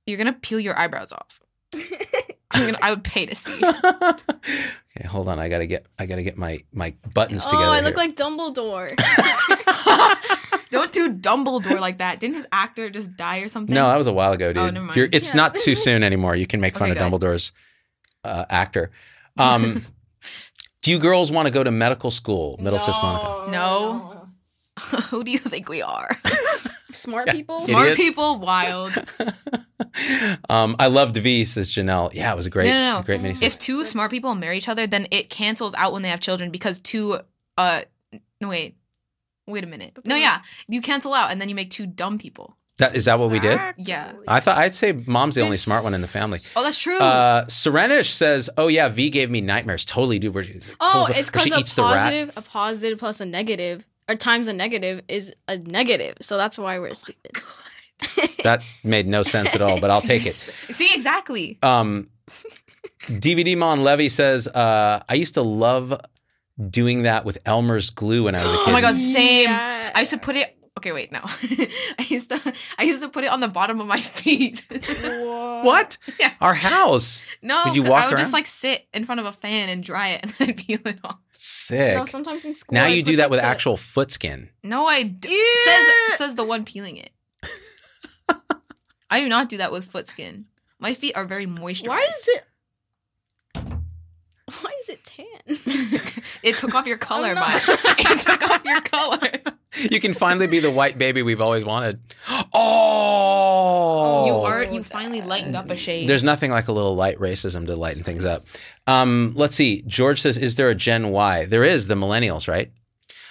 Speaker 3: You're gonna peel your eyebrows
Speaker 1: (laughs)
Speaker 3: off.
Speaker 2: (laughs)
Speaker 3: I'm gonna, I would pay to see. (laughs)
Speaker 1: okay, hold on. I got to get I got to get my my buttons
Speaker 2: Oh,
Speaker 1: together.
Speaker 2: I look
Speaker 1: here.
Speaker 2: like Dumbledore.
Speaker 3: Don't do Dumbledore like that. Didn't his actor just die or something?
Speaker 1: No, that was a while ago, dude.
Speaker 3: Oh, never mind.
Speaker 1: You're- it's
Speaker 2: Yeah.
Speaker 1: not
Speaker 3: (laughs)
Speaker 1: too soon anymore. You can make fun
Speaker 3: Okay,
Speaker 1: of Dumbledore's uh, actor. Um,
Speaker 3: (laughs)
Speaker 1: do you girls want to go to medical school, Middle Sis Monica?
Speaker 3: No. (laughs) Who do you think we are?
Speaker 2: Smart
Speaker 1: Yeah.
Speaker 2: people?
Speaker 1: Smart-
Speaker 3: Smart
Speaker 1: Idiots.
Speaker 3: people, wild.
Speaker 1: (laughs) um, I loved V, says Janelle. Yeah, it was a great,
Speaker 3: No, no, no.
Speaker 1: great miniseries.
Speaker 3: If two smart people marry each other, then it cancels out when they have children because two. Uh, no wait, wait a minute.
Speaker 2: That's
Speaker 3: No,
Speaker 2: right.
Speaker 3: yeah, you cancel out and then you make two dumb people.
Speaker 1: That is that what we did?
Speaker 2: Exactly.
Speaker 3: Yeah.
Speaker 1: I thought I'd say mom's the only
Speaker 2: This-
Speaker 1: smart one in the family.
Speaker 3: Oh, that's true. (laughs)
Speaker 1: Uh, Serenish says, "Oh yeah, V gave me nightmares. Totally, dude. Where she
Speaker 2: Oh,
Speaker 1: pulls the-
Speaker 2: it's
Speaker 1: where
Speaker 2: because
Speaker 1: she
Speaker 2: a
Speaker 1: eats the rat.
Speaker 2: positive, a positive plus a negative, or times a negative is a negative. So that's why we're stupid. (laughs)
Speaker 1: That made no sense at all, but I'll
Speaker 3: (laughs)
Speaker 1: take it.
Speaker 3: See exactly.
Speaker 1: Um, DVD Mon Levy says, uh, I used to love doing that with Elmer's glue when I was a
Speaker 3: (gasps)
Speaker 1: kid.
Speaker 3: Oh my God, same.
Speaker 2: Yeah.
Speaker 3: I used to put it. Okay, wait, no. (laughs) I used to. I used to put it on the bottom of my (laughs)
Speaker 2: (laughs)
Speaker 3: feet.
Speaker 1: What?
Speaker 3: (laughs) Yeah.
Speaker 1: Our house.
Speaker 3: no,
Speaker 1: Would you
Speaker 3: 'cause
Speaker 1: walk
Speaker 3: I would
Speaker 1: around?
Speaker 3: just like sit in front of a fan and dry it and then (laughs) peel it off.
Speaker 1: Sick.
Speaker 2: No, sometimes in school.
Speaker 1: now
Speaker 2: I
Speaker 1: you
Speaker 2: put
Speaker 1: do that with
Speaker 2: the-
Speaker 1: actual foot skin.
Speaker 3: No, I do.
Speaker 2: Ew.
Speaker 3: Says says the one peeling
Speaker 2: (laughs)
Speaker 3: it. I do not do that with foot skin. My feet are very moisturized.
Speaker 2: Why is it? Why is it (laughs) tan?
Speaker 3: (laughs) it took off your color,
Speaker 2: not-
Speaker 3: (laughs) Maya. It took off your
Speaker 1: (laughs)
Speaker 3: color.
Speaker 1: You can finally be the white baby we've always wanted. (gasps) Oh.
Speaker 3: you
Speaker 2: Oh,
Speaker 3: are. You finally lightened up a shade.
Speaker 1: There's nothing like a little light racism to lighten things up. Um, let's see. George says, "Is there a Gen Y?" There is the millennials, right?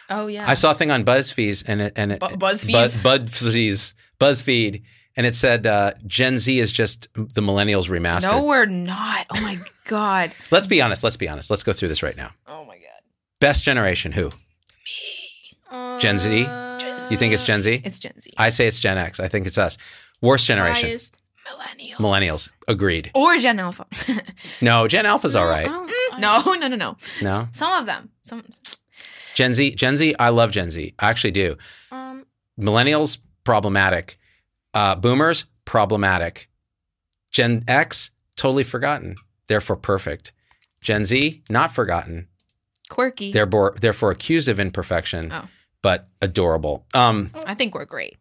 Speaker 3: oh yeah.
Speaker 1: I saw a thing on BuzzFeed and it, and it,
Speaker 3: Bu- BuzzFeed?
Speaker 1: Bud, BuzzFeed, BuzzFeed, and it said uh, Gen Z is just the millennials remastered.
Speaker 3: no, we're not. Oh
Speaker 1: (laughs)
Speaker 3: my god.
Speaker 1: Let's be honest. Let's be honest. Let's go through this right now.
Speaker 3: Oh my god.
Speaker 1: Best generation, who? Gen Z?
Speaker 2: Uh,
Speaker 1: You think it's Gen Z?
Speaker 3: It's Gen Z.
Speaker 1: I say it's Gen X. I think it's us. Worst generation,
Speaker 2: biased.
Speaker 3: millennials.
Speaker 1: millennials. Agreed.
Speaker 3: Or Gen Alpha. (laughs)
Speaker 1: No, Gen Alpha's all
Speaker 2: Mm, No,
Speaker 1: right.
Speaker 2: I don't- I-
Speaker 3: no, (laughs) no, no, no.
Speaker 1: No,
Speaker 3: Some of them. Some.
Speaker 1: Gen Z. Gen Z. I love Gen Z. I actually do.
Speaker 2: (laughs) Um,
Speaker 1: Millennials problematic. Uh, boomers problematic. Gen X totally forgotten. Therefore perfect. Gen Z not forgotten.
Speaker 3: Quirky.
Speaker 1: therefore therefore accused of imperfection,
Speaker 3: Oh.
Speaker 1: but adorable. Um,
Speaker 3: I think we're great.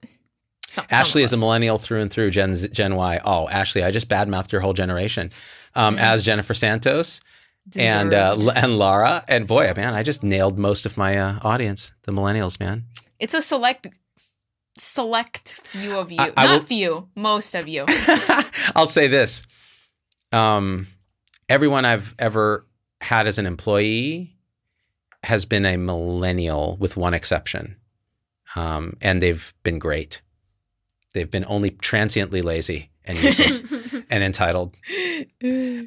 Speaker 3: Some-
Speaker 1: Ashley is a
Speaker 3: some of us.
Speaker 1: millennial through and through, Gen Z- Gen Y. Oh, Ashley, I just badmouthed your whole generation. Um,
Speaker 3: Mm.
Speaker 1: As Jennifer Santos and uh,
Speaker 3: Deserved.
Speaker 1: L- and Lara and boy, man, I just nailed most of my uh, audience, the millennials, man.
Speaker 3: it's a select select few of you.
Speaker 1: I- I
Speaker 3: Not
Speaker 1: will-
Speaker 3: few, most of
Speaker 1: (laughs)
Speaker 3: you.
Speaker 1: I'll say this: um, everyone I've ever had as an employee has been a millennial, with one exception, um, and they've been great. They've been only transiently lazy and
Speaker 3: (laughs)
Speaker 1: useless and entitled.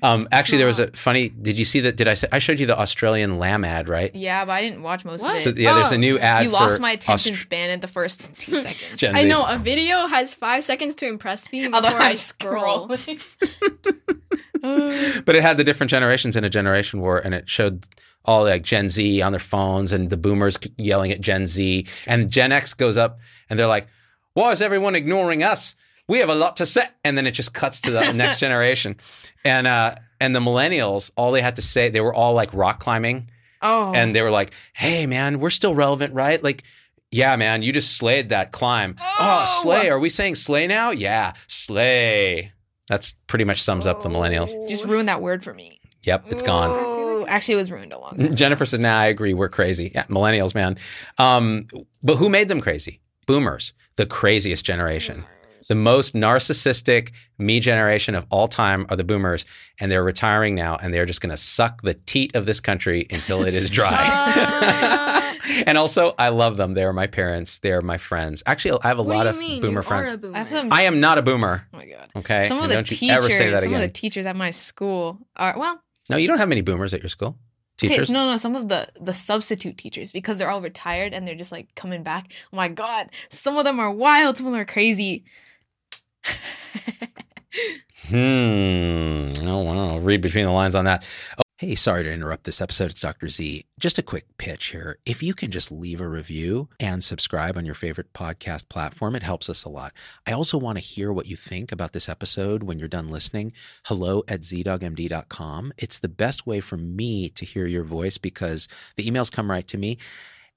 Speaker 1: Um, actually, there was a funny. Did you see that? Did I say I showed you the Australian lamb ad, right?
Speaker 3: yeah, but I didn't watch most
Speaker 2: What?
Speaker 1: So
Speaker 3: of it.
Speaker 1: yeah, there's a
Speaker 2: Oh,
Speaker 1: new ad.
Speaker 3: you lost
Speaker 1: for
Speaker 3: my attention
Speaker 1: Aust-
Speaker 3: span at the first two seconds.
Speaker 1: (laughs) Gen-
Speaker 2: (laughs) I know a video has five seconds to impress me before
Speaker 3: Otherwise,
Speaker 2: I scroll. (laughs)
Speaker 1: but it had the different generations in a generation war, and it showed all like Gen Z on their phones and the boomers yelling at Gen Z, and Gen X goes up, and they're like, "Why is everyone ignoring us? We have a lot to say." And then it just cuts to the next generation, and uh, and the millennials, all they had to say, they were all like rock climbing,
Speaker 3: (laughs) oh,
Speaker 1: and they were like, "Hey, man, we're still relevant, right?" Like. Yeah, man, you just slayed that climb. oh,
Speaker 3: Oh!
Speaker 1: slay. Are we saying slay now? Yeah, slay. That's pretty much sums up the millennials.
Speaker 3: just ruin that word for me.
Speaker 1: Yep, it's gone.
Speaker 3: Oh, actually, it was ruined a long time.
Speaker 1: Jennifer said, "Nah, I agree. We're crazy. Yeah, millennials, man. Um, but who made them crazy? Boomers, the craziest generation, the most narcissistic me generation of all time are the boomers, and they're retiring now, and they're just going to suck the teat of this country until it is dry. and also, I love them. They are my parents. They are my friends. Actually, I have a
Speaker 2: what
Speaker 1: lot
Speaker 2: do
Speaker 1: of
Speaker 2: you mean?
Speaker 1: boomer
Speaker 2: you
Speaker 1: friends.
Speaker 2: Are
Speaker 1: I
Speaker 2: a boomer.
Speaker 3: I have some.
Speaker 1: am not a boomer.
Speaker 3: oh my god.
Speaker 1: Okay,
Speaker 3: Some of
Speaker 1: And
Speaker 3: the
Speaker 1: don't you
Speaker 3: teachers,
Speaker 1: ever say that
Speaker 3: some of
Speaker 1: again.
Speaker 3: the teachers at my school are well.
Speaker 1: no, you don't have many boomers at your school.
Speaker 3: Okay,
Speaker 1: Teachers.
Speaker 3: no, no, some of the the substitute teachers because they're all retired and they're just like coming back. Oh my god, some of them are wild, some of them are crazy. (laughs)
Speaker 1: Hmm. Oh, wow. Read between the lines on that. Oh. Hey, sorry to interrupt this episode. It's Dr. Z. Just a quick pitch here. If you can just leave a review and subscribe on your favorite podcast platform, it helps us a lot. I also want to hear what you think about this episode when you're done listening. Hello at zdogmd.com. It's the best way for me to hear your voice because the emails come right to me.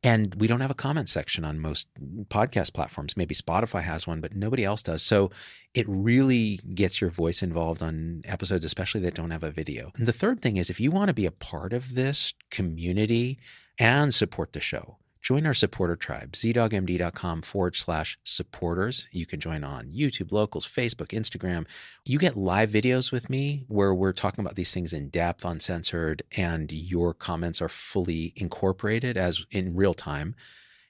Speaker 1: And we don't have a comment section on most podcast platforms. Maybe Spotify has one, but nobody else does. So it really gets your voice involved on episodes, especially that don't have a video. And the third thing is if you want to be a part of this community and support the show, join our supporter tribe, zdogmd.com forward slash supporters. You can join on YouTube, locals, Facebook, Instagram. You get live videos with me where we're talking about these things in depth, uncensored, and your comments are fully incorporated as in real time.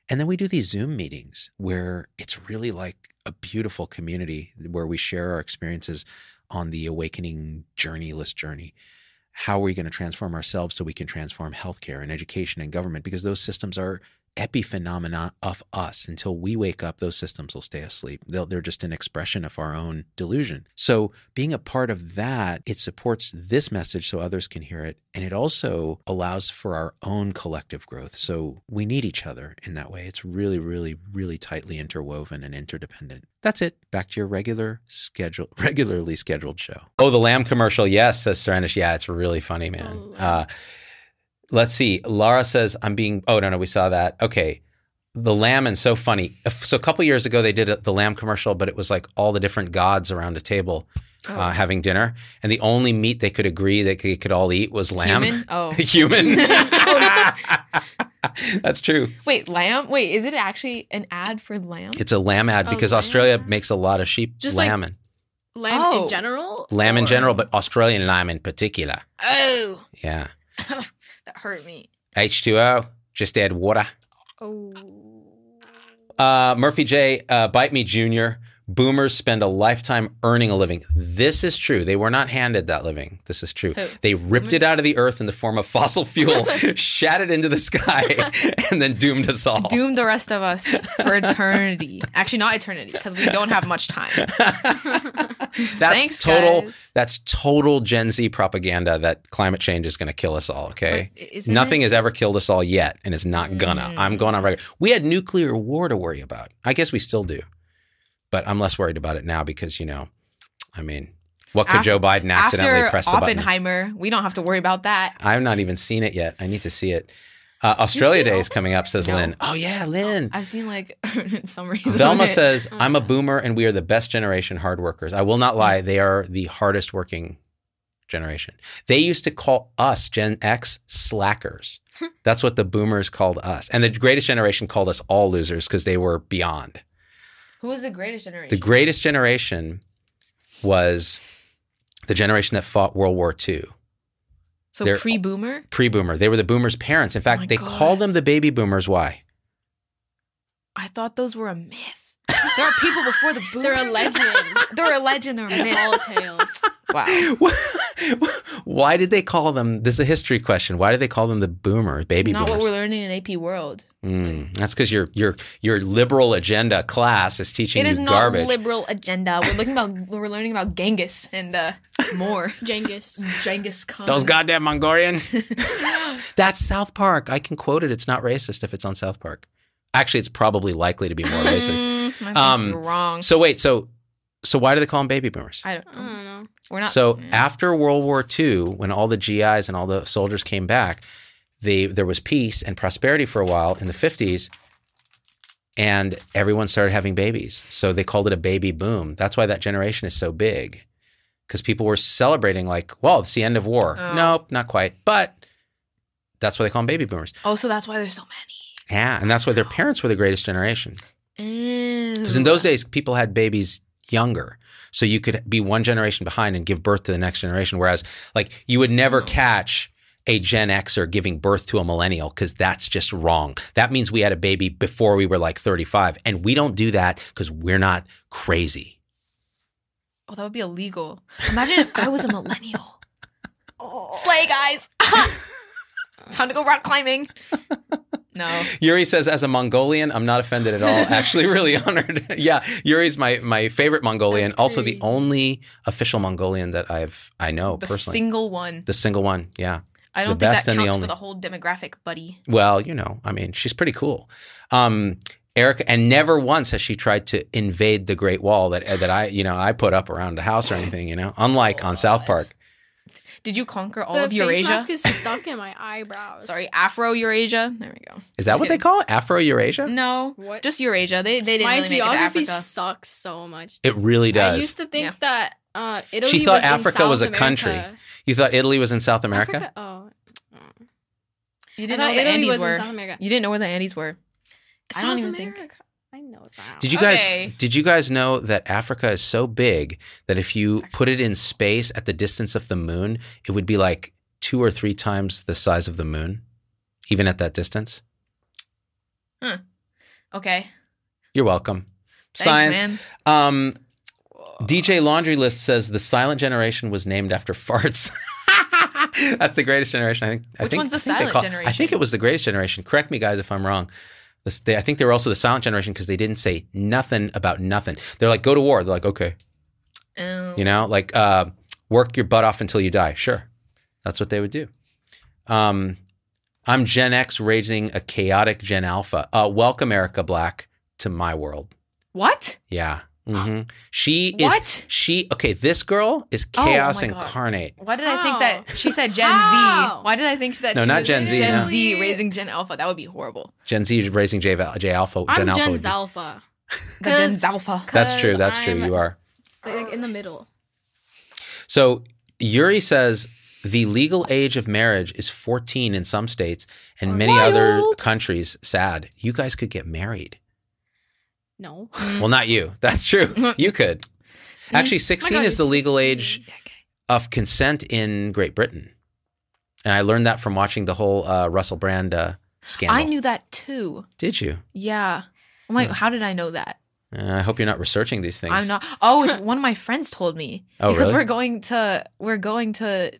Speaker 1: And then we do these Zoom meetings where it's really like a beautiful community where we share our experiences on the awakening journeyless journey. How are we going to transform ourselves so we can transform healthcare and education and government? Because those systems are epiphenomena of us. Until we wake up, those systems will stay asleep. They'll, they're just an expression of our own delusion. So, being a part of that, it supports this message so others can hear it. And it also allows for our own collective growth. So, we need each other in that way. It's really, really, really tightly interwoven and interdependent. That's it. Back to your regular schedule, (laughs) regularly scheduled show. Oh, the lamb commercial. Yes, says Serenish. Yeah, it's really funny, man.
Speaker 2: Oh,
Speaker 1: Uh, let's see. Laura says, I'm being, oh, no, no, we saw that. Okay. The lamb and so funny. So a couple years ago, they did a, the lamb commercial, but it was like all the different gods around a table
Speaker 2: Oh.
Speaker 1: uh, having dinner. And the only meat they could agree that they could all eat was lamb.
Speaker 3: Human? Oh,
Speaker 1: (laughs)
Speaker 2: (laughs)
Speaker 1: Human. That's true.
Speaker 3: (laughs) wait, lamb. Wait, is it actually an ad for lamb?
Speaker 1: It's a lamb ad
Speaker 2: A
Speaker 1: because
Speaker 2: lamb
Speaker 1: Australia
Speaker 2: ad.
Speaker 1: makes a lot of sheep
Speaker 2: Just like-
Speaker 1: lamb, and,
Speaker 2: Lamb
Speaker 3: Oh.
Speaker 2: in general.
Speaker 1: lamb in
Speaker 2: or-
Speaker 1: general, but Australian lamb in particular.
Speaker 3: oh,
Speaker 1: Yeah.
Speaker 3: (laughs) that hurt me.
Speaker 1: H2O, just add water.
Speaker 2: Oh.
Speaker 1: Uh, Murphy J, uh, Bite Me Jr., boomers spend a lifetime earning a living. This is true. They were not handed that living. This is true.
Speaker 3: Who?
Speaker 1: They ripped it out of the earth in the form of
Speaker 3: (laughs)
Speaker 1: fossil fuel, shat it into the sky, and then doomed us all.
Speaker 3: Doom the rest of us for eternity. actually, not eternity because we don't have much
Speaker 1: (laughs)
Speaker 3: time.
Speaker 1: (laughs) that's
Speaker 3: Thanks,
Speaker 1: total
Speaker 3: guys.
Speaker 1: that's total Gen Z propaganda that climate change is going to kill us all, okay?
Speaker 3: But isn't
Speaker 1: Nothing
Speaker 3: it-
Speaker 1: has ever killed us all yet, and it's not gonna.
Speaker 3: Mm.
Speaker 1: I'm going on record. We had nuclear war to worry about. I guess we still do, but I'm less worried about it now because you know, I mean, what could
Speaker 3: Af-
Speaker 1: Joe Biden accidentally
Speaker 3: after
Speaker 1: press the button?
Speaker 3: Oppenheimer. We don't have to worry about that.
Speaker 1: I've not even seen it yet. I need to see it. Uh, Australia
Speaker 2: seen
Speaker 1: Day is coming up, says
Speaker 3: No.
Speaker 1: Lynn. Oh yeah, Lynn.
Speaker 3: I've seen like (laughs) summaries. of
Speaker 1: Velma
Speaker 3: it.
Speaker 1: says,
Speaker 2: Oh.
Speaker 1: I'm a boomer and we are the best generation hard workers. I will not lie, they are the hardest working generation. They used to call us, Gen X, slackers. That's what the boomers called us. And the greatest generation called us all losers because they were beyond.
Speaker 3: "Who is the greatest generation?"
Speaker 1: The greatest generation was the generation that fought World War II.
Speaker 3: so
Speaker 1: they're-
Speaker 3: pre-boomer.
Speaker 1: Pre boomer. They were the boomers' parents. In fact,
Speaker 3: Oh my
Speaker 1: they
Speaker 3: God. (laughs)
Speaker 1: call them the baby boomers. Why?
Speaker 3: I thought those were a myth. There are people before the boomers.
Speaker 2: (laughs) They're a legend.
Speaker 3: (laughs) They're a legend. They're a myth.
Speaker 2: All tale.
Speaker 3: Wow.
Speaker 1: (laughs) Why did they call them? This is a history question. Why did they call them the boomer baby
Speaker 3: Not what
Speaker 1: boomers?
Speaker 3: we're learning in AP World.
Speaker 1: Mm, that's because your your your liberal agenda class is teaching
Speaker 3: It
Speaker 1: you
Speaker 3: is not
Speaker 1: garbage.
Speaker 3: liberal agenda. We're looking about. (laughs) we're learning about Genghis and uh, more.
Speaker 2: Genghis.
Speaker 3: Genghis Khan. (laughs)
Speaker 1: Those goddamn Mongolian. That's South Park. I can quote it. It's not racist if it's on South Park. Actually, it's probably likely to be more racist.
Speaker 3: Mm, I think
Speaker 1: Um,
Speaker 3: you're wrong.
Speaker 1: So wait, so so why do they call them baby boomers?
Speaker 3: I don't. mm,
Speaker 2: I don't know.
Speaker 3: We're not.
Speaker 1: So after World War II, when all the GIs and all the soldiers came back, they there was peace and prosperity for a while in the 50s, and everyone started having babies. So they called it a baby boom. That's why that generation is so big, because people were celebrating like, well, it's the end of war.
Speaker 3: Oh.
Speaker 1: Nope, not quite, but. That's why they call them baby boomers.
Speaker 3: oh, so that's why there's so
Speaker 1: Yeah, and that's why their parents were the greatest generation.
Speaker 3: many.
Speaker 1: Because in those days, people had babies younger. So you could be one generation behind and give birth to the next generation. Whereas, like, you would never catch a Gen Xer giving birth to a millennial because that's just wrong. That means we had a baby before we were like 35. And we don't do that because we're not crazy.
Speaker 3: Oh, that would be illegal. Imagine if I was a millennial.
Speaker 1: (laughs)
Speaker 3: Slay, guys. (laughs) Time to go rock climbing. No.
Speaker 1: Yuri says, as a Mongolian, I'm not offended at all. Actually, really honored. (laughs) yeah, Yuri's my, my favorite Mongolian.
Speaker 2: That's
Speaker 1: Also, the
Speaker 2: crazy.
Speaker 1: only official Mongolian that I've I know
Speaker 3: the
Speaker 1: personally.
Speaker 3: single one.
Speaker 1: the single one. Yeah.
Speaker 3: I don't
Speaker 1: the
Speaker 3: think
Speaker 1: best
Speaker 3: that
Speaker 1: and the
Speaker 3: counts
Speaker 1: only.
Speaker 3: for the whole demographic, buddy.
Speaker 1: Well, you know, I mean, she's pretty cool. Um, Erica, and never once has she tried to invade the Great Wall that that I, you know, I put up around the house or anything. You know, unlike on South
Speaker 3: God.
Speaker 1: Park.
Speaker 3: Did you conquer all
Speaker 2: the
Speaker 3: of
Speaker 2: face
Speaker 3: Eurasia? (laughs)
Speaker 2: mask is stuck in my eyebrows.
Speaker 3: Sorry, Afro Eurasia. There we go.
Speaker 1: Is that
Speaker 3: Just
Speaker 1: what they
Speaker 3: kidding.
Speaker 1: call it? Afro Eurasia?
Speaker 3: No,
Speaker 2: What?
Speaker 3: just Eurasia. They they didn't
Speaker 2: my
Speaker 3: really make it to
Speaker 2: geography
Speaker 3: Africa.
Speaker 2: sucks so much.
Speaker 1: It really
Speaker 2: I
Speaker 1: does.
Speaker 2: used to think
Speaker 3: Yeah.
Speaker 2: that uh, Italy.
Speaker 1: thought
Speaker 2: was in
Speaker 1: Africa
Speaker 2: South
Speaker 1: was a
Speaker 2: America.
Speaker 1: country. you thought Italy was in South America?
Speaker 2: Africa? Oh,
Speaker 3: You
Speaker 2: I
Speaker 3: didn't know
Speaker 2: thought
Speaker 3: where the
Speaker 2: Italy
Speaker 3: Andes
Speaker 2: was in
Speaker 3: were.
Speaker 2: South America.
Speaker 3: You didn't know where the Andes were. I
Speaker 2: South
Speaker 3: don't even
Speaker 2: America.
Speaker 3: think.
Speaker 2: I know that.
Speaker 1: Did you guys
Speaker 3: Okay.
Speaker 1: did you guys know that Africa is so big that if you put it in space at the distance of the moon, it would be like two or three times the size of the moon, even at that distance?
Speaker 3: Okay.
Speaker 1: You're welcome.
Speaker 3: Thanks,
Speaker 1: Science.
Speaker 3: man.
Speaker 1: Um, DJ Laundry List says the Silent Generation was named after farts. (laughs) That's the greatest generation. I think. I
Speaker 3: Which
Speaker 1: think,
Speaker 3: one's the
Speaker 1: I think
Speaker 3: Silent
Speaker 1: they call- I think
Speaker 3: Generation?
Speaker 1: it was the greatest generation. Correct me, guys, if I'm wrong. This, they, I think they were also the Silent Generation because they didn't say nothing about nothing. They're like, go to war. They're like, okay,
Speaker 3: Um,
Speaker 1: you know, like uh, work your butt off until you die. Sure, that's what they would do. Um, I'm Gen X raising a chaotic Gen Alpha. Uh, welcome, Erica Black, to my world.
Speaker 3: What?
Speaker 1: Yeah. hmm She is.
Speaker 3: Mm-hmm. What?
Speaker 1: She okay. This girl is
Speaker 3: Oh, my
Speaker 1: chaos
Speaker 3: God.
Speaker 1: incarnate.
Speaker 3: Why did I think
Speaker 2: How?
Speaker 3: that she said Gen
Speaker 2: How?
Speaker 3: Z? Why did I think that
Speaker 1: No,
Speaker 3: she
Speaker 1: not
Speaker 3: was
Speaker 1: Gen Z,
Speaker 3: Gen
Speaker 1: no.
Speaker 3: Z raising Gen Alpha? That would be horrible.
Speaker 1: Gen Z is raising J, J Alpha. Gen
Speaker 2: I'm
Speaker 1: Alpha.
Speaker 2: Gen
Speaker 1: would be-
Speaker 2: Zalpha.
Speaker 3: The Gen
Speaker 2: 'Cause-
Speaker 3: Alpha.
Speaker 1: That's true. That's true.
Speaker 2: I'm-
Speaker 1: You are.
Speaker 2: Like in the middle.
Speaker 1: So Yuri says the legal age of marriage is 14 in some states and many other
Speaker 3: Wild.
Speaker 1: countries. Sad. You guys could get married.
Speaker 2: No.
Speaker 1: Mm.
Speaker 3: Mm.
Speaker 1: Well, not you. That's true. You could. Actually,
Speaker 3: Oh
Speaker 1: 16
Speaker 2: God,
Speaker 1: is the
Speaker 2: you're
Speaker 1: legal
Speaker 2: 16.
Speaker 1: age of consent in Great Britain, and I learned that from watching the whole uh, Russell Brand uh, scandal.
Speaker 3: I knew that too.
Speaker 1: Did you?
Speaker 3: Yeah. I'm like, how did I know that?
Speaker 1: Uh, I hope you're not researching these things.
Speaker 3: I'm not. Oh, it's one of my friends told me
Speaker 1: (laughs) Oh,
Speaker 3: because
Speaker 1: really?
Speaker 3: we're going to we're going to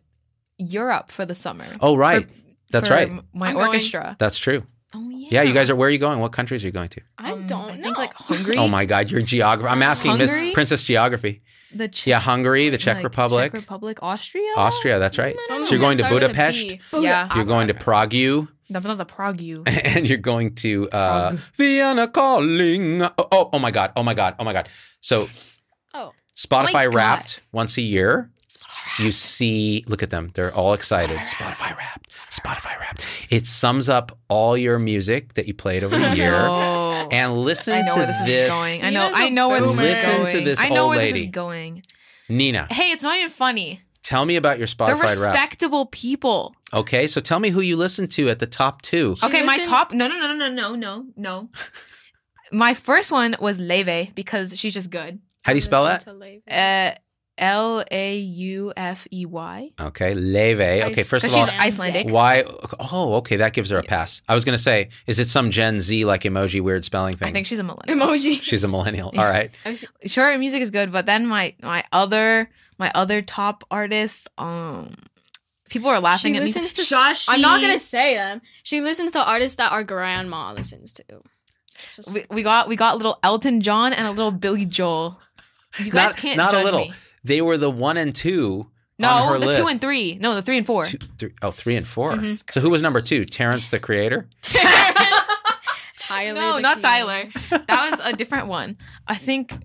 Speaker 3: Europe for the summer.
Speaker 1: Oh, right. That's
Speaker 3: for
Speaker 1: right.
Speaker 3: m- My
Speaker 2: I'm going.
Speaker 3: orchestra.
Speaker 1: That's true.
Speaker 3: Oh yeah.
Speaker 1: Yeah. you guys are. Where are you going? What countries are you going to?
Speaker 2: I
Speaker 3: Um,
Speaker 2: don't
Speaker 3: I
Speaker 2: know.
Speaker 3: think like Hungary.
Speaker 1: Oh my God, you're geography. I'm asking Miss
Speaker 3: Hungary?
Speaker 1: Princess Geography.
Speaker 3: The Czech,
Speaker 1: Yeah, Hungary, the Czech
Speaker 3: like,
Speaker 1: Republic,
Speaker 3: Czech Oh Republic, Austria,
Speaker 1: (gasps) Austria. That's right.
Speaker 2: Some of
Speaker 1: So you're
Speaker 2: them
Speaker 1: going to
Speaker 2: start with a
Speaker 1: Budapest?
Speaker 2: P.
Speaker 3: Yeah.
Speaker 1: You're going to Prague, you, (laughs)
Speaker 3: That's not the Prague. You.
Speaker 1: and you're going to uh,
Speaker 3: Prague.
Speaker 1: Vienna calling. Oh, oh, oh my God. Oh my God. Oh my God. So
Speaker 2: Oh.
Speaker 1: Spotify
Speaker 3: God.
Speaker 1: Wrapped once a year. You see, look at them. They're all excited. Spotify Wrapped. Spotify Wrapped. It sums up all your music that you played
Speaker 3: (laughs)
Speaker 1: over the year.
Speaker 3: Oh.
Speaker 1: And listen
Speaker 3: I know
Speaker 1: to
Speaker 3: where this, is going. I know.
Speaker 2: Nina's
Speaker 3: I
Speaker 2: a
Speaker 3: know where this is
Speaker 1: Listen
Speaker 3: going.
Speaker 1: to this
Speaker 3: I know
Speaker 1: old
Speaker 3: where this
Speaker 1: lady.
Speaker 3: is going.
Speaker 1: Nina,
Speaker 3: Hey, it's not even funny.
Speaker 1: tell me about your
Speaker 3: They're
Speaker 1: Spotify rap.
Speaker 3: respectable people.
Speaker 1: Okay, so tell me who you listen to at the top two.
Speaker 2: She
Speaker 3: okay, my
Speaker 2: listened-
Speaker 3: top. No, no, no, no, no, no, (laughs) no. my first one was Leve because she's just good.
Speaker 1: How do you spell that?
Speaker 2: Listen to Leve.
Speaker 3: Uh, L A U F E Y.
Speaker 1: Okay, Leve. Okay,
Speaker 2: Ice-
Speaker 1: first of
Speaker 3: Because
Speaker 1: all,
Speaker 3: she's Icelandic.
Speaker 1: why? Oh, okay, that gives her a pass. I was gonna say, is it some Gen Z like emoji weird spelling thing?
Speaker 3: I think she's a millennial.
Speaker 2: emoji.
Speaker 1: she's a millennial.
Speaker 3: (laughs) Yeah.
Speaker 1: All right.
Speaker 2: I've seen-
Speaker 3: sure her music is good but then my my other my other top artists um people are laughing
Speaker 2: she
Speaker 3: at
Speaker 2: listens
Speaker 3: me
Speaker 2: to. I'm not gonna
Speaker 3: Shashi.
Speaker 2: say them. She listens to artists that our grandma listens to. It's just-
Speaker 3: we, we got we got little elton john and a little billy joel you guys
Speaker 1: Not-
Speaker 3: can't
Speaker 1: not a
Speaker 3: judge
Speaker 1: little.
Speaker 3: me.
Speaker 1: They were the one and two. on
Speaker 3: no
Speaker 1: her
Speaker 3: the two
Speaker 1: list.
Speaker 3: and three no the three and four
Speaker 1: Two, three, oh, three and 4
Speaker 3: Mhm.
Speaker 1: So who was number two? Terrence the Creator.
Speaker 3: (laughs)
Speaker 2: Tyler.
Speaker 3: no
Speaker 2: the
Speaker 3: not
Speaker 2: Creator.
Speaker 3: tyler (laughs) that was a different one i think